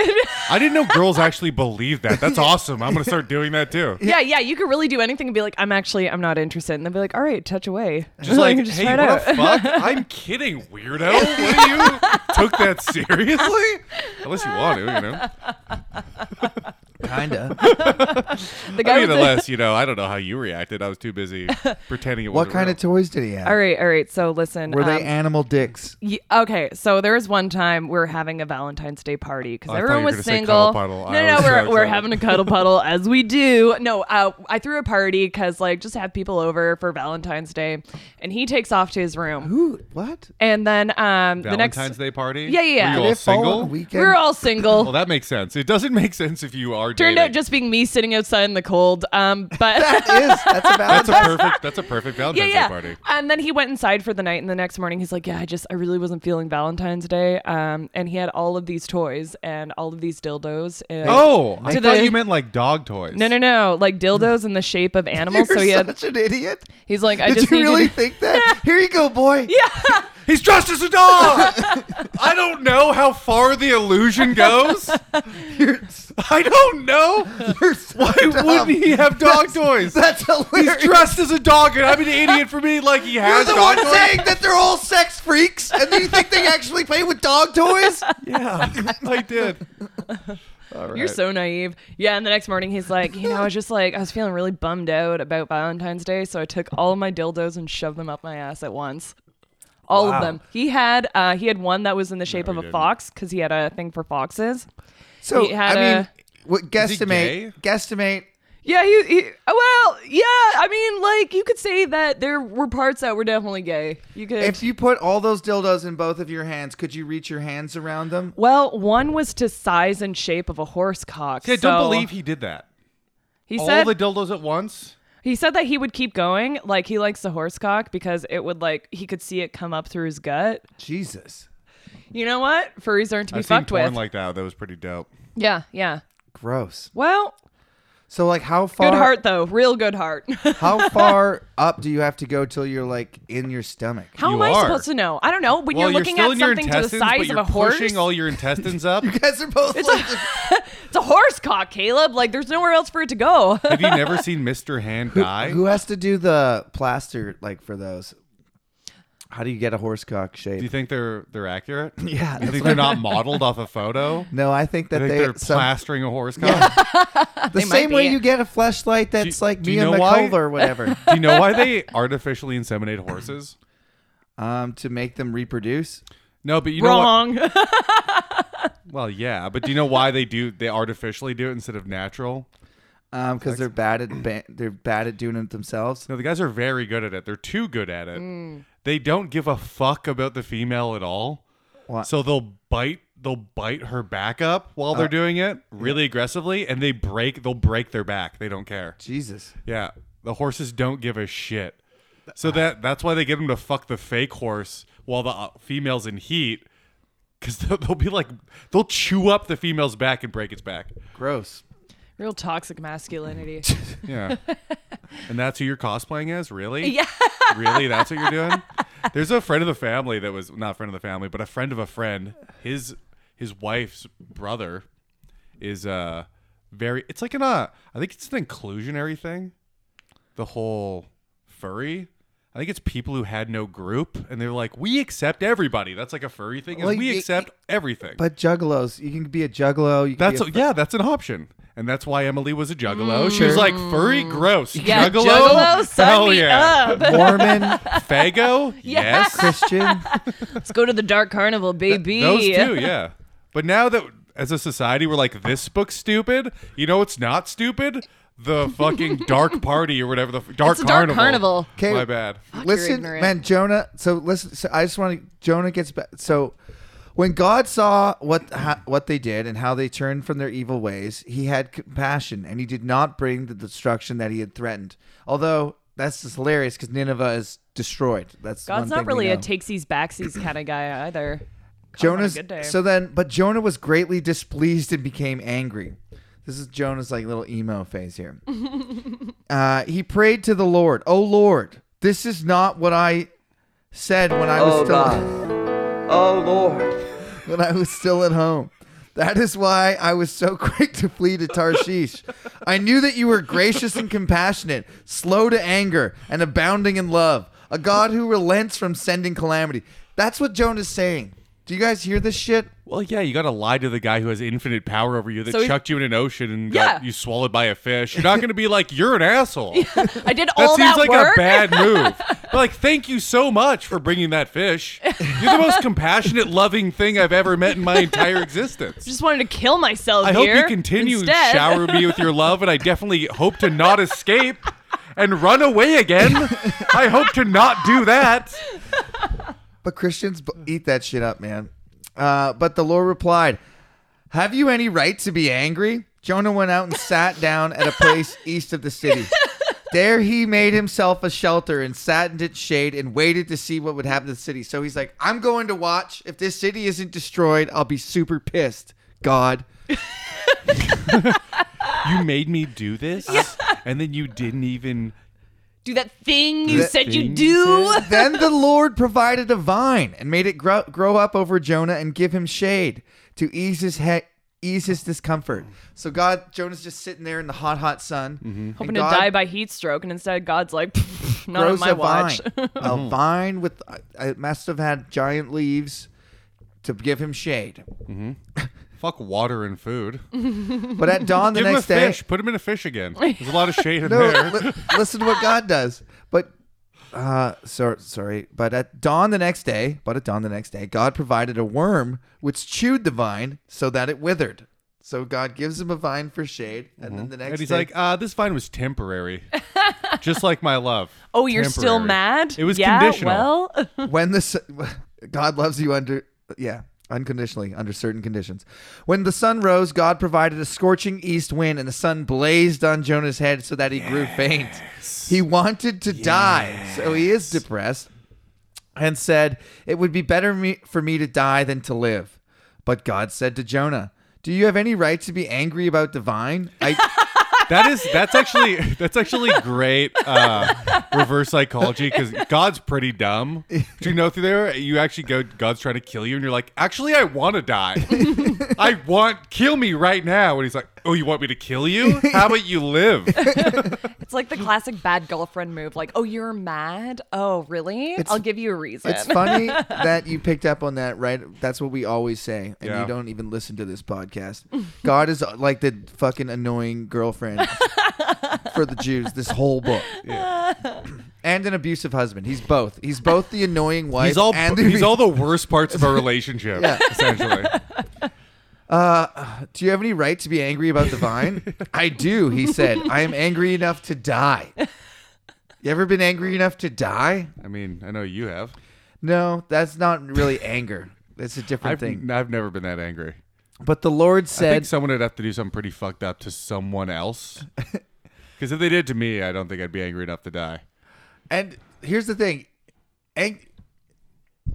I didn't know girls actually believe that. [laughs] That's awesome. I'm gonna start doing that too. yeah, yeah. You could really do anything and be like, I'm actually, I'm not interested, and then be like, all right, touch away. Just [laughs] like, try hey, it what out. the fuck? [laughs] I'm kidding, weirdo. What are you took that seriously? Unless you want to, you know. kinda. The I guy mean, was- unless you know, I don't know how you reacted. I was too [laughs] busy pretending it was. what kind of toys did he have? all right, all right. So listen, Were they um, animal dicks? Ye- okay, so there was one time we were having a Valentine's Day party because Oh, I thought everyone you were was gonna say cuddle single. puddle. No, I no, was so [laughs] we're, we're excited. having a cuddle puddle [laughs] as we do. No, uh, I threw a party because like just have people over for Valentine's Day, and he takes off to his room, Who? What? and then um the Valentine's next Day party? Yeah, yeah, Were yeah. Did you all They fall on a single? weekend? we were [laughs] all single. Well, that makes sense. It doesn't make sense if you are. Turned dating. out just being me sitting outside in the cold. Um, [laughs] but. That is. That's [laughs] about. That's a perfect. That's a perfect Valentine's [laughs] Yeah, yeah. Day party. And then he went inside for the night, and the next morning he's like, "Yeah, I just, I really wasn't feeling Valentine's Day." Um, and he had all of these toys and all of these dildos. And Oh, I To thought the- you meant like dog toys. No, no, no. Like dildos in the [laughs] shape of animals. You're so he had, such an idiot. he's like, I Did just you need really you to- [laughs] think that? Here you go, boy. He's dressed as a [laughs] dog. I don't know how far the illusion [laughs] goes. I don't know. [laughs] You're so Why dumb. [laughs] wouldn't he have dog toys? That's [laughs] He's hilarious. dressed as a dog, and I'm an idiot for being like he You're has the one dog toys. saying that they're all sex freaks, and then you think they actually play with dog [laughs] toys? Yeah, [laughs] I did. All You're so naive. Yeah. And the next morning he's like, you know, I was just like, I was feeling really bummed out about Valentine's Day. So I took all of my dildos and shoved them up my ass at once. All Wow. of them. He had uh, he had one that was in the shape No, of he a didn't. fox because he had a thing for foxes. So He had I mean, a- what he gay? guesstimate? Guesstimate. Yeah, he, he oh, well, yeah. I mean, like you could say that there were parts that were definitely gay. You could If you put all those dildos in both of your hands, could you reach your hands around them? well, one was to size and shape of a horse cock. Yeah, so don't believe he did that. he All said the dildos at once. He said that he would keep going, like he likes the horse cock because it would like he could see it come up through his gut. Jesus, You know what? Furries aren't to be I've seen fucked porn with. like that. That was pretty dope. yeah, yeah. gross. Well, So like, how far? good heart though, real good heart. [laughs] How far up do you have to go till you're like in your stomach? How You am I are. supposed to know? I don't know. When well, you're looking still at in your something to intestines, the but size of you're a horse, pushing all your intestins up. You guys are both like, it's a horse cock, Caleb. Like there's nowhere else for it to go. Have you [laughs] never seen Mr. Hand die? who has to do the plaster like for those? How do you get a horsecock shape? Do you think they're they're [laughs] accurate? Do [laughs] yeah, you that's think what- they're not modeled off a [laughs] photo? no, I think that I think they they're some- plastering a horse cock. the They might same way be. you get a flashlight that's Do- like do me you and know why? McCulver or whatever, Do you [laughs] know why they artificially inseminate horses? um, to make them reproduce. No, but you know what? [laughs] Wrong. [laughs] Well, yeah, but do you know why they do? They artificially do it instead of natural. Um, because they're bad at ba- they're bad at doing it themselves. No, the guys are very good at it. They're too good at it. They don't give a fuck about the female at all. What? So they'll bite they'll bite her back up while they're doing it really aggressively and they break they'll break their back. They don't care. Jesus. Yeah. The horses don't give a shit. So that that's why they get them to fuck the fake horse while the uh, female's in heat cuz they'll, [laughs] they'll be like they'll chew up the female's back and break its back. Gross. Real [laughs] toxic masculinity. Yeah. and that's who you're cosplaying as? Really? Yeah. Really? That's what you're doing? There's a friend of the family that was not friend of the family, but a friend of a friend. His his wife's brother is uh very it's like an uh I think it's an inclusionary thing. The whole furry. I think it's people who had no group and they're like, We accept everybody. That's like a furry thing. is Well, we y- accept everything. But juggalos, you can be a juggalo. You can That's be a, yeah, that's an option. And that's why Emily was a juggalo. She was like furry gross. Mm. Yeah, juggalo. juggalo, sign Hell me yeah. a up. Mormon, [laughs] Fago? [laughs] Yeah. Yes. [laughs] Christian. Let's go to the dark carnival, baby. Those two, yeah. But now that as a society we're like, this book's stupid, you know it's not stupid? [laughs] The fucking dark party or whatever the f- dark It's a dark carnival. carnival. Okay. My bad. you're listen, ignorant. man, Jonah. So listen. So I just want to. Jonah gets back. So when God saw what ha, what they did and how they turned from their evil ways, He had compassion and He did not bring the destruction that He had threatened. Although that's just hilarious because Nineveh is destroyed. That's God's one not thing we really a know. takesies backsies kind of guy either. Comes on a Jonah's good day. so then, but Jonah was greatly displeased and became angry. This is Jonah's like little emo phase [laughs] here. uh, he prayed to the Lord, "Oh Lord, this is not what I said when I was Oh still God. Oh Lord. when I was still at home. That is why I was so [laughs] quick to flee to Tarshish. I knew that you were gracious and compassionate, slow to anger, and abounding in love, a God who relents from sending calamity." That's what Jonah's saying. Do you guys hear this shit? Well, yeah, you got to lie to the guy who has infinite power over you that So he- chucked you in an ocean and got Yeah. you swallowed by a fish. You're not [laughs] going to be like, you're an asshole. I did That all seems that like work. a [laughs] bad move. But, like, thank you so much for bringing that fish. You're the most compassionate, loving thing I've ever met in my entire existence. Just wanted to kill myself. I hope you here continue to instead. [laughs] shower me with your love, and I definitely hope to not escape and run away again. I hope to not do that. But Christians b- eat that shit up, man. Uh, but the Lord replied, Have you any right to be angry? Jonah went out and sat down at a place east of the city. There he made himself a shelter and sat in its shade and waited to see what would happen to the city. So he's like, I'm going to watch. If this city isn't destroyed, I'll be super pissed. God. You made me do this, and then you didn't even. Do that thing you That said you thing do. you [laughs] then the Lord provided a vine and made it grow, grow up over Jonah and give him shade to ease his he- ease his discomfort. So God, Jonah's just sitting there in the hot, hot sun, Mm-hmm. and Hoping God to die by heat stroke, and instead God's like, [laughs] "Pfft, not on grows my a watch. vine, Mm-hmm. a vine with uh, it must have had giant leaves to give him shade. Fuck water and food. But at dawn the Give him a next day, fish. Put him in a fish again. There's a lot of shade in no, there. li- listen to what God does. But uh, sorry, sorry. But at dawn the next day, but at dawn the next day, God provided a worm which chewed the vine so that it withered. So God gives him a vine for shade, and then the next and he's day, like, uh, this vine was temporary. Just like my love. [laughs] [laughs] Oh, you're still Temporary. mad? It was yeah, conditional. Well, [laughs] when the s- God loves you under yeah unconditionally under certain conditions. When the sun rose, God provided a scorching east wind, and the sun blazed on Jonah's head so that he grew faint. He wanted to die, so he is depressed, and said, "It would be better me- for me to die than to live." But God said to Jonah, "Do you have any right to be angry about the vine?" I, [laughs] That is that's actually [laughs] that's actually great uh, reverse psychology because God's pretty [laughs] dumb. Do you know through there you actually go God's trying to kill you and you're like actually I want to die. I want kill me right now and he's like Oh, you want me to kill you? How about you live? [laughs] It's like the classic bad girlfriend move. Like, oh, you're mad? Oh, really? It's- I'll give you a reason. It's [laughs] funny that you picked up on that, right? That's what we always say, and Yeah. you don't even listen to this podcast. God is uh, like the fucking annoying girlfriend for the Jews. This whole book, and an abusive husband. He's both. He's both the annoying wife. He's all and the he's all the worst parts of our [laughs] relationship, Yeah. essentially. Do you have any right to be angry about the vine? I do, he said. I am angry enough to die. You ever been angry enough to die? I mean, I know you have. No, that's not really anger. That's a different I've, thing. I've never been that angry. But the Lord I think said, someone would have to do something pretty fucked up to [laughs] someone else. Because if they did to me, I don't think I'd be angry enough to die. and here's the thing ang-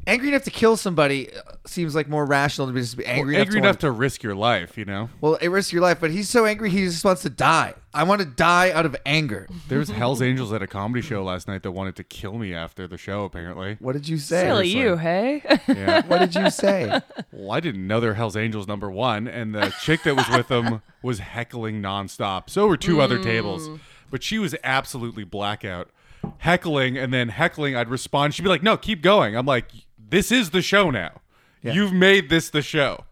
angry enough to kill somebody uh, seems like more rational to be just be angry, Angry enough to. to risk your life, you know? Well, it risks your life, but he's so angry he just wants to die. I want to die out of anger. [laughs] There was Hell's Angels at a comedy show last night that wanted to kill me after the [laughs] show, apparently. What did you say? Silly you, hey? [laughs] Yeah. What did you say? Well, I didn't know they're Hell's Angels number one, and the chick that was [laughs] with them was heckling nonstop. So were two other tables, but she was absolutely blackout, heckling and then heckling. I'd respond, she'd be like, "No, keep going." I'm like, "This is the show now. You've made this the show.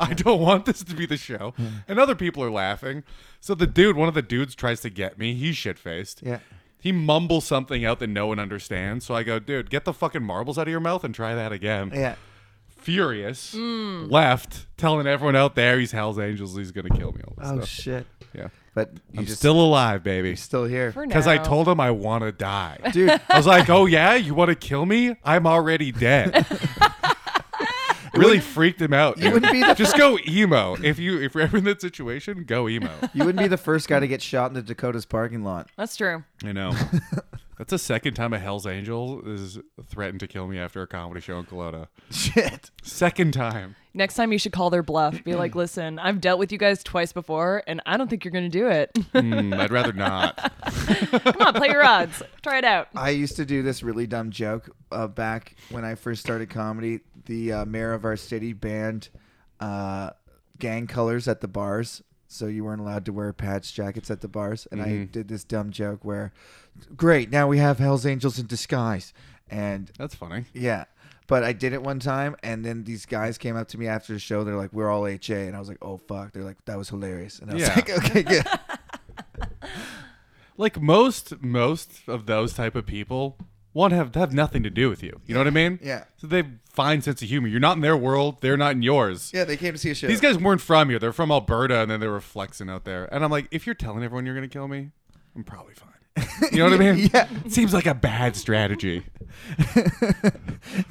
I don't want this to be the show." And other people are laughing. So the dude, one of the dudes, tries to get me. He's shit faced. Yeah. He mumbles something out that no one understands. So I go, dude, get the fucking marbles out of your mouth and try that again Yeah. furious, left, telling everyone out there he's Hell's Angels, he's gonna kill me. All this Oh stuff. shit. yeah, But you I'm just still alive, baby, still here. For because I now. told him I want to die. [laughs] Dude, I was like, "Oh yeah, you want to kill me? I'm already [laughs] dead." really freaked him out. dude. wouldn't be the [laughs] Just go emo if you if you're ever in that situation. Go emo. You wouldn't be the first guy to get shot in the Dakota's parking lot. That's true. [laughs] I know. That's the second time a Hell's Angel is threatened to kill me after a comedy show in Kelowna. Shit. [laughs] Second time. Next time you should call their bluff. [clears throat] Be like, listen, I've dealt with you guys twice before, and I don't think you're going to do it. [laughs] Hmm, I'd rather not. Come on, play your odds. Try it out. I used to do this really dumb joke uh, back when I first started comedy. The uh, mayor of our city banned uh, gang colors at the bars, so you weren't allowed to wear patch jackets at the bars. And Mm-hmm. I did this dumb joke where, great, now we have Hell's Angels in disguise. And That's funny. yeah. But I did it one time, and then these guys came up to me after the show. They're like, "We're all HA," and I was like, "Oh fuck!" They're like, "That was hilarious," and I was Yeah. like, "Okay, good." like most most of those type of people want to have have nothing to do with you. You know what I mean? Yeah. So they find sense of humor. You're not in their world. They're not in yours. Yeah, they came to see [laughs] a show. These guys weren't from here. They're from Alberta, and then they were flexing out there. And I'm like, if you're telling everyone you're gonna kill me, I'm probably fine. You know what I mean? [laughs] Yeah. Seems like a [laughs] bad strategy.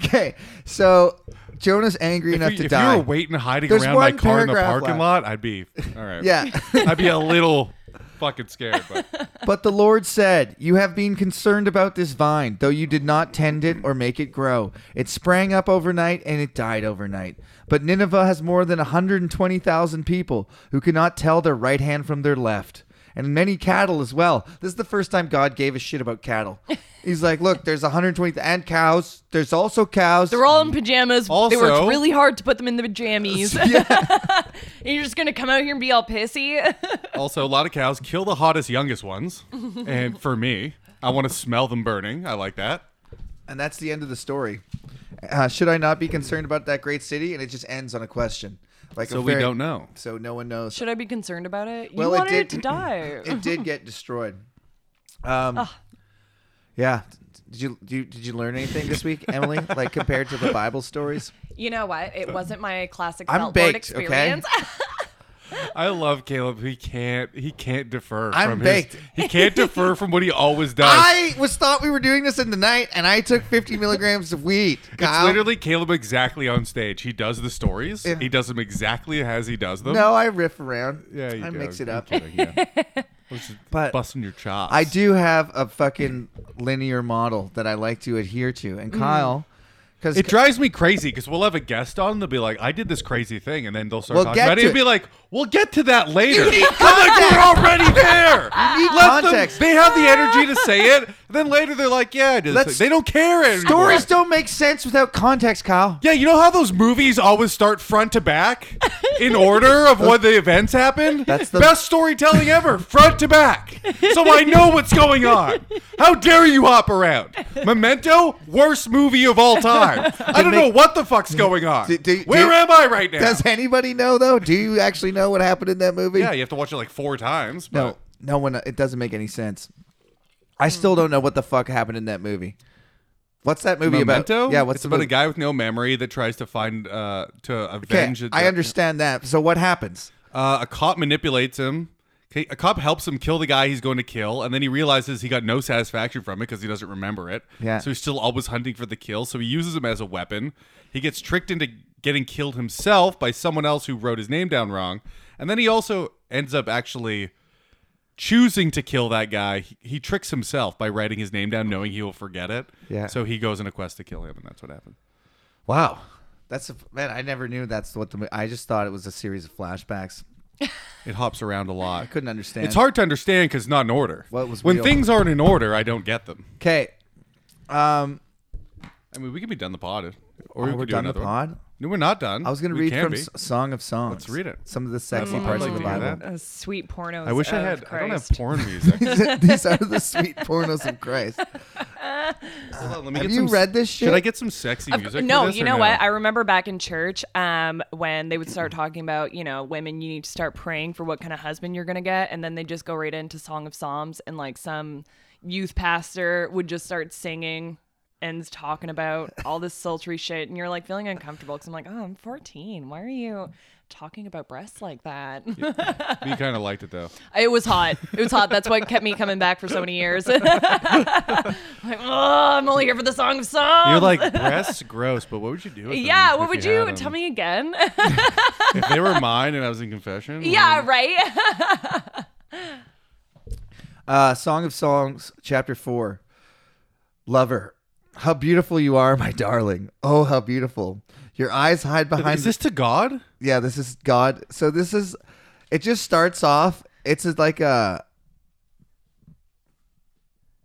Okay, so Jonah's angry enough if to you, if die. you were waiting, hiding There's around my one car in the paragraph parking left. lot, I'd be all [laughs] right. [laughs] yeah, I'd be a little fucking scared. [laughs] But but the Lord said, "You have been concerned about this vine, though you did not tend it or make it grow. It sprang up overnight and it died overnight. But Nineveh has more than 120,000 people who cannot tell their right hand from their left, and many cattle as well. This is the first time God gave a shit about [laughs] cattle." He's like, look, there's 120 and cows. There's also cows. They're all in pajamas. they Also- worked really hard to put them in the pajamas. and [laughs] yeah. [laughs] you're just going to come out here and be all pissy. [laughs] Also, a lot of cows kill the hottest, youngest [laughs] ones. and for me, I want to smell them burning. I like that. And that's the end of the story. Uh, should I not be concerned about that great city? And it just ends on a question. Like a So we very- don't know. So no one knows. Should I be concerned about it? You Well, it wanted did- it, to die. It did get destroyed. Um, Yeah. Did you, did you did you learn anything this week, Emily? like compared to the Bible stories? you know what? It wasn't my classic I'm felt board baked, okay? experience. [laughs] I love Caleb. He can't. He can't defer. I'm from baked. His, he can't defer from what he always does. I was thought we were doing this in the night, and I took 50 milligrams of wheat. it's Kyle. literally Caleb exactly on stage. He does the stories. Yeah. He does them exactly as he does them. no, I riff around. Yeah, you I do. mix it I'm up. kidding, [laughs] yeah. I was just But busting your chops. I do have a fucking linear model that I like to adhere to, and Kyle, because It drives me crazy because we'll have a guest on. They'll be like, "I did this crazy thing," and then they'll start We'll talking get about it. to And be it. like, "We'll get to that later." need [laughs] I'm like, "We're already there." need Let them- context. they have the energy to say it. Then later they're like, "Yeah, I did." this Let's- thing." They don't care anymore. Stories don't make sense without context, Kyle. Yeah, you know how those movies always start front to back? in order of what the events happened. That's the- best storytelling ever, front to back. So I know what's going on. How dare you hop around? Memento, worst movie of all time. I don't know what the fuck's going on. Do- do- Where do- am I right now? Does anybody know though? Do you actually know what happened in that movie? yeah, you have to watch it like four times. But No, no one. It doesn't make any sense. I still don't know what the fuck happened in that movie. What's that movie Memento. about? Yeah, what's it's the about a movie? guy with no memory that tries to find uh, to Okay, avenge. I the- understand that. So what happens? Uh, a cop manipulates him. Okay, a cop helps him kill the guy he's going to kill, and then he realizes he got no satisfaction from it because he doesn't remember it. Yeah. So he's still always hunting for the kill. So he uses him as a weapon. He gets tricked into getting killed himself by someone else who wrote his name down wrong, and then he also ends up actually choosing to kill that guy. He, he tricks himself by writing his name down, knowing he will forget it. Yeah. So he goes on a quest to kill him, and that's what happened. Wow, that's a, man. I never knew that's what the. mo- I just thought it was a series of flashbacks. It hops around a lot. I couldn't understand. It's hard to understand because not in order. What was when real? things aren't in order, I don't get them. Okay. Um, I mean, we could be done the pod, or oh, we we're could do done the another one. pod. No, we're not done. I was gonna We read can from be. S- Song of Songs. Let's read it. Some of the sexy I'd parts like of the to do Bible. that. Uh, sweet pornos. I wish I of had. I don't have Oh, Christ. [laughs] porn music. Hold These are the sweet pornos of Christ. on, let me Have get you some- read this shit? Should I get some sexy music? for no, this you or know what? I remember back in church um, when they would start talking about, you know, women, you need to start praying for what kind of husband you're going to get. And then they just go right into Song of Psalms and like some youth pastor would just start singing and talking about all this sultry shit. And you're like feeling uncomfortable because I'm like, oh, I'm 14. Why are you talking about breasts like [laughs] that? we kind of liked it though. [laughs] It was hot. It was hot. That's what kept me coming back for so many years. [laughs] like, oh, I'm only here for the Song of Psalms. You're like breasts, gross. But what would you do? With Um, Yeah, them what if would you you had tell them? me again? [laughs] If they were mine and I was in confession. yeah, right. [laughs] Uh, Song of Songs, chapter four. Lover, how beautiful you are, my darling. Oh, how beautiful. Your eyes hide behind. Is this to God? yeah, this is God. So this is. It just starts off. It's like a.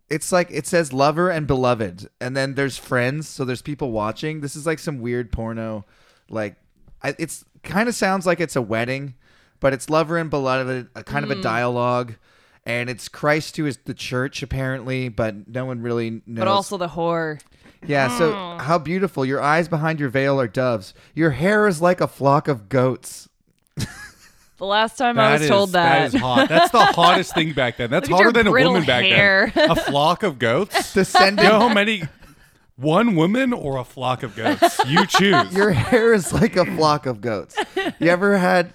It's like it says lover and beloved, and then there's friends. So there's people watching. This is like some weird porno, like I, it's kind of sounds like it's a wedding, but it's lover and beloved, a kind Mm. of a dialogue, and it's Christ who is the church apparently, but no one really knows. But also hmm. the whore. Yeah, so how beautiful. Your eyes behind your veil are doves. Your hair is like a flock of goats. The last time I was is- told that. That is hot. That's [laughs] the hottest thing back then. That's Look at hotter your than a brittle woman back hair. then. A flock of [laughs] goats. You [laughs] Descending know [laughs] how many? One woman or a flock of goats? You choose. your hair is like a flock of goats. You ever had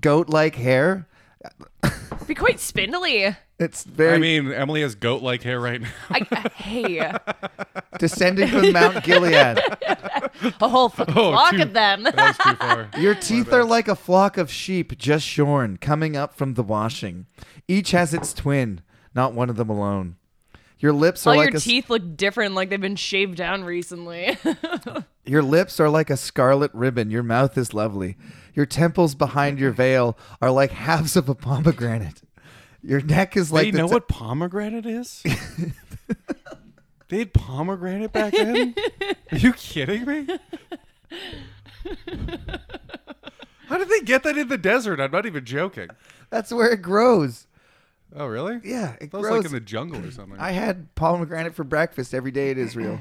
goat like hair? Be quite spindly. It's very I mean, Emily has goat-like hair right now. [laughs] I, hey, a descending from Mount Gilead. [laughs] whole fucking Oh, flock too- of them. That was [laughs] too far. Your teeth are like a flock of sheep just shorn, coming up from the washing. Each has its twin, not one of them alone. Your lips are [laughs] All like your a s- teeth look different, like they've been shaved down recently. [laughs] Your lips are like a scarlet ribbon. Your mouth is lovely. Your temples behind your veil are like halves of a pomegranate. Your neck is like they the know t- what [laughs] pomegranate is? they had pomegranate back then? Are you kidding me? How did they get that in the desert? I'm not even joking. That's where it grows. Oh, really? Yeah, it That was grows. like in the jungle or something. I had pomegranate for breakfast every day in Israel.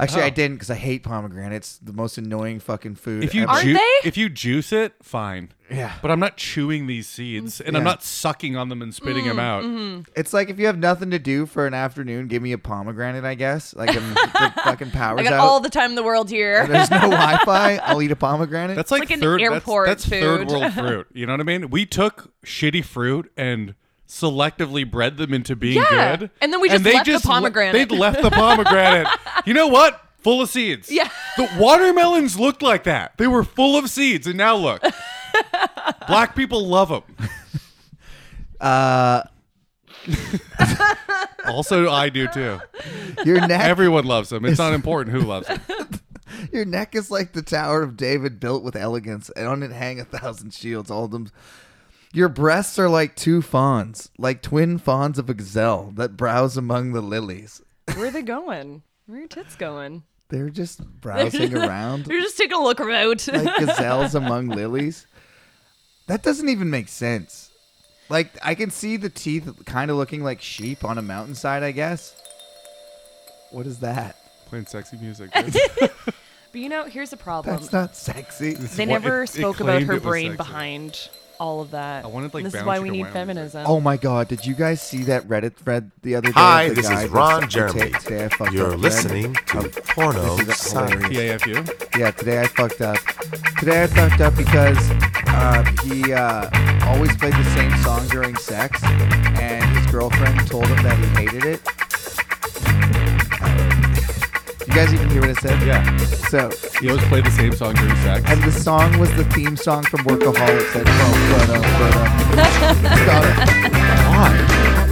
Actually, I Oh. didn't because I hate pomegranates. The most annoying fucking food. if you ever. Aren't ju- they? if you juice it, fine. Yeah. But I'm not chewing these seeds, and Yeah. Mm, I'm mm-hmm. not sucking on them and spitting them out. it's like if you have nothing to do for an afternoon, give me a pomegranate. I guess [laughs] like I'm, the fucking powers I got out. all the time in the world here. There's [laughs] no Wi-Fi. I'll eat a pomegranate. That's like, Like an third. that's- airport that's food. third [laughs] world fruit. You know what I mean? We took shitty fruit and selectively bred them into being Yeah. good. And then we just they left the le- pomegranate. they left the [laughs] pomegranate. you know what? Full of seeds. Yeah. The watermelons looked like that. They were full of seeds, and now [laughs] look. Black people love them. uh, Also, I do too. [laughs] your neck. Everyone loves them. It's not important who [laughs] loves them. Your neck is like the Tower of David, built with elegance, and on it hang a thousand shields. All of them. Your breasts are like two fawns, like twin fawns of a gazelle that browse among the lilies. [laughs] [laughs] Where are they going? Where are your tits going? They're just browsing around You're just taking a look around. like gazelles among lilies. That doesn't even make sense. Like I can see the teeth kind of looking like sheep on a mountainside, I guess. What is that? Playing sexy [laughs] music. [laughs] but you know, here's the problem. That's not sexy. they what- never it- it spoke about claimed her it was brain sexy. behind all of that. I wanted, like, And this is brown why sugar we need whale music. feminism. Oh my god, did you guys see that Reddit thread the other day? Hi, of the this guy is that Ron took- Jeremy. today I fucked up You're Reddit. listening to Porno This is Science. hilarious. PAFU. Yeah, today I fucked up. Today I fucked up because uh, he uh, always played the same song during sex, and his girlfriend told him that he hated it. you guys even hear what it said? Yeah. So, You always play the same song during sex. and the song was the theme song from Workaholics. That well, but, Why?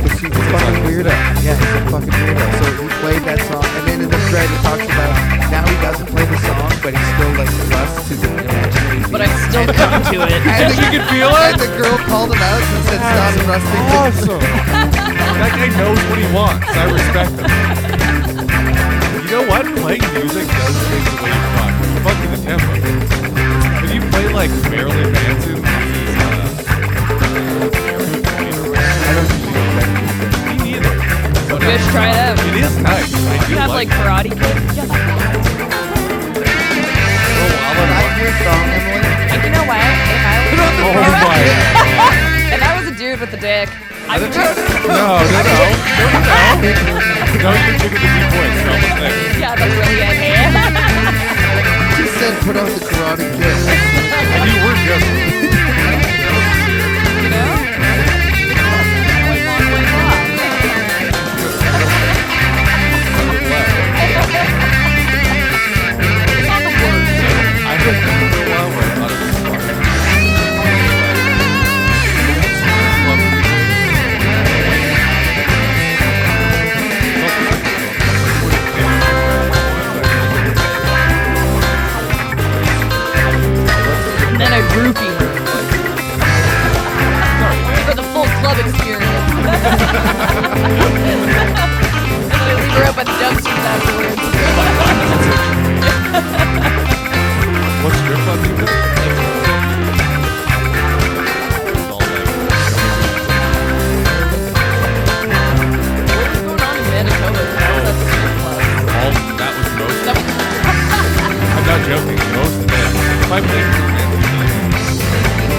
Because he's a fucking weirdo. Yeah, he's a fucking weirdo. So he played that song, and then in the thread he talks about now he doesn't play the song, but he still like trusts to the imaginary. But I'm still coming to [laughs] it. And the, you can feel it. and the girl called him out and said, "Stop trusting." awesome. that guy knows what he wants. I respect him. You know what? Playing music does change the way you fuck. You're fucking the tempo. If you play like Marilyn Manson, he's, uh, I don't think she's expecting me neither. But Fish, try it out. It is nice. I do You have like like karate it. kids. When I hear a song, Emily, And you know what? If I, was, Oh my! [laughs] if I was a dude with a dick, I would just No, no, no, no! No, you're taking the deep voice. No, what's next? yeah, the brilliant hair. she said, "Put on the Karate Kid." And you were just [laughs] You know? Way long, way long. I think for a while where I thought it was fun. Love And then a groupie. For the full club experience. [laughs] and then I leave her up at the dumpsters afterwards. music. What strip club do you go to? It's all like- What's going on in Manitoba? Why was that all- that was most of the strip club? it. [laughs] I'm not joking. Most of it. If I played for a band, usually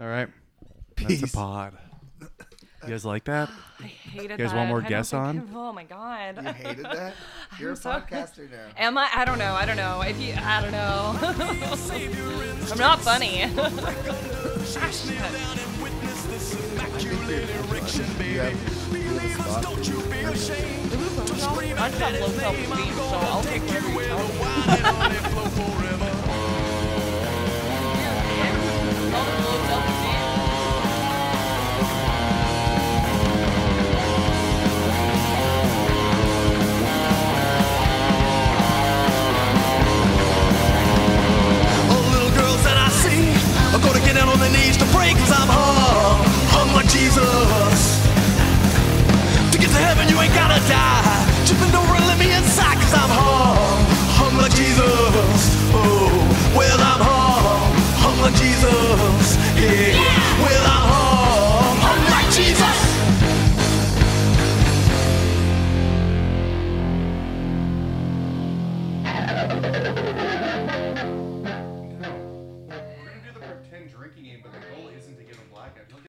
All right. Peace. That's a pod. You guys like that? I hated You guys want that. more I don't guess think I- on? oh my god. You hated [laughs] that. You're a podcaster now. [laughs] Am I? I don't know. I don't know. If you, I don't know. [laughs] I'm not funny. [laughs] You have, you have a spot. I just have low self-esteem, so I'll take whatever you tell me. [laughs] Yeah, I'll have low self-esteem. All the little girls that I see are gonna get down on their knees to pray cause I'm hung, hung like Jesus. To get to heaven, you ain't gotta die. Just bend over and let me inside cause I'm hung, hung like Jesus. Oh, well, I'm hung, hung like Jesus. Yeah, well, I'm hung, hung like Jesus. No. We're gonna do the pretend drinking game, but the goal isn't to get them blackout.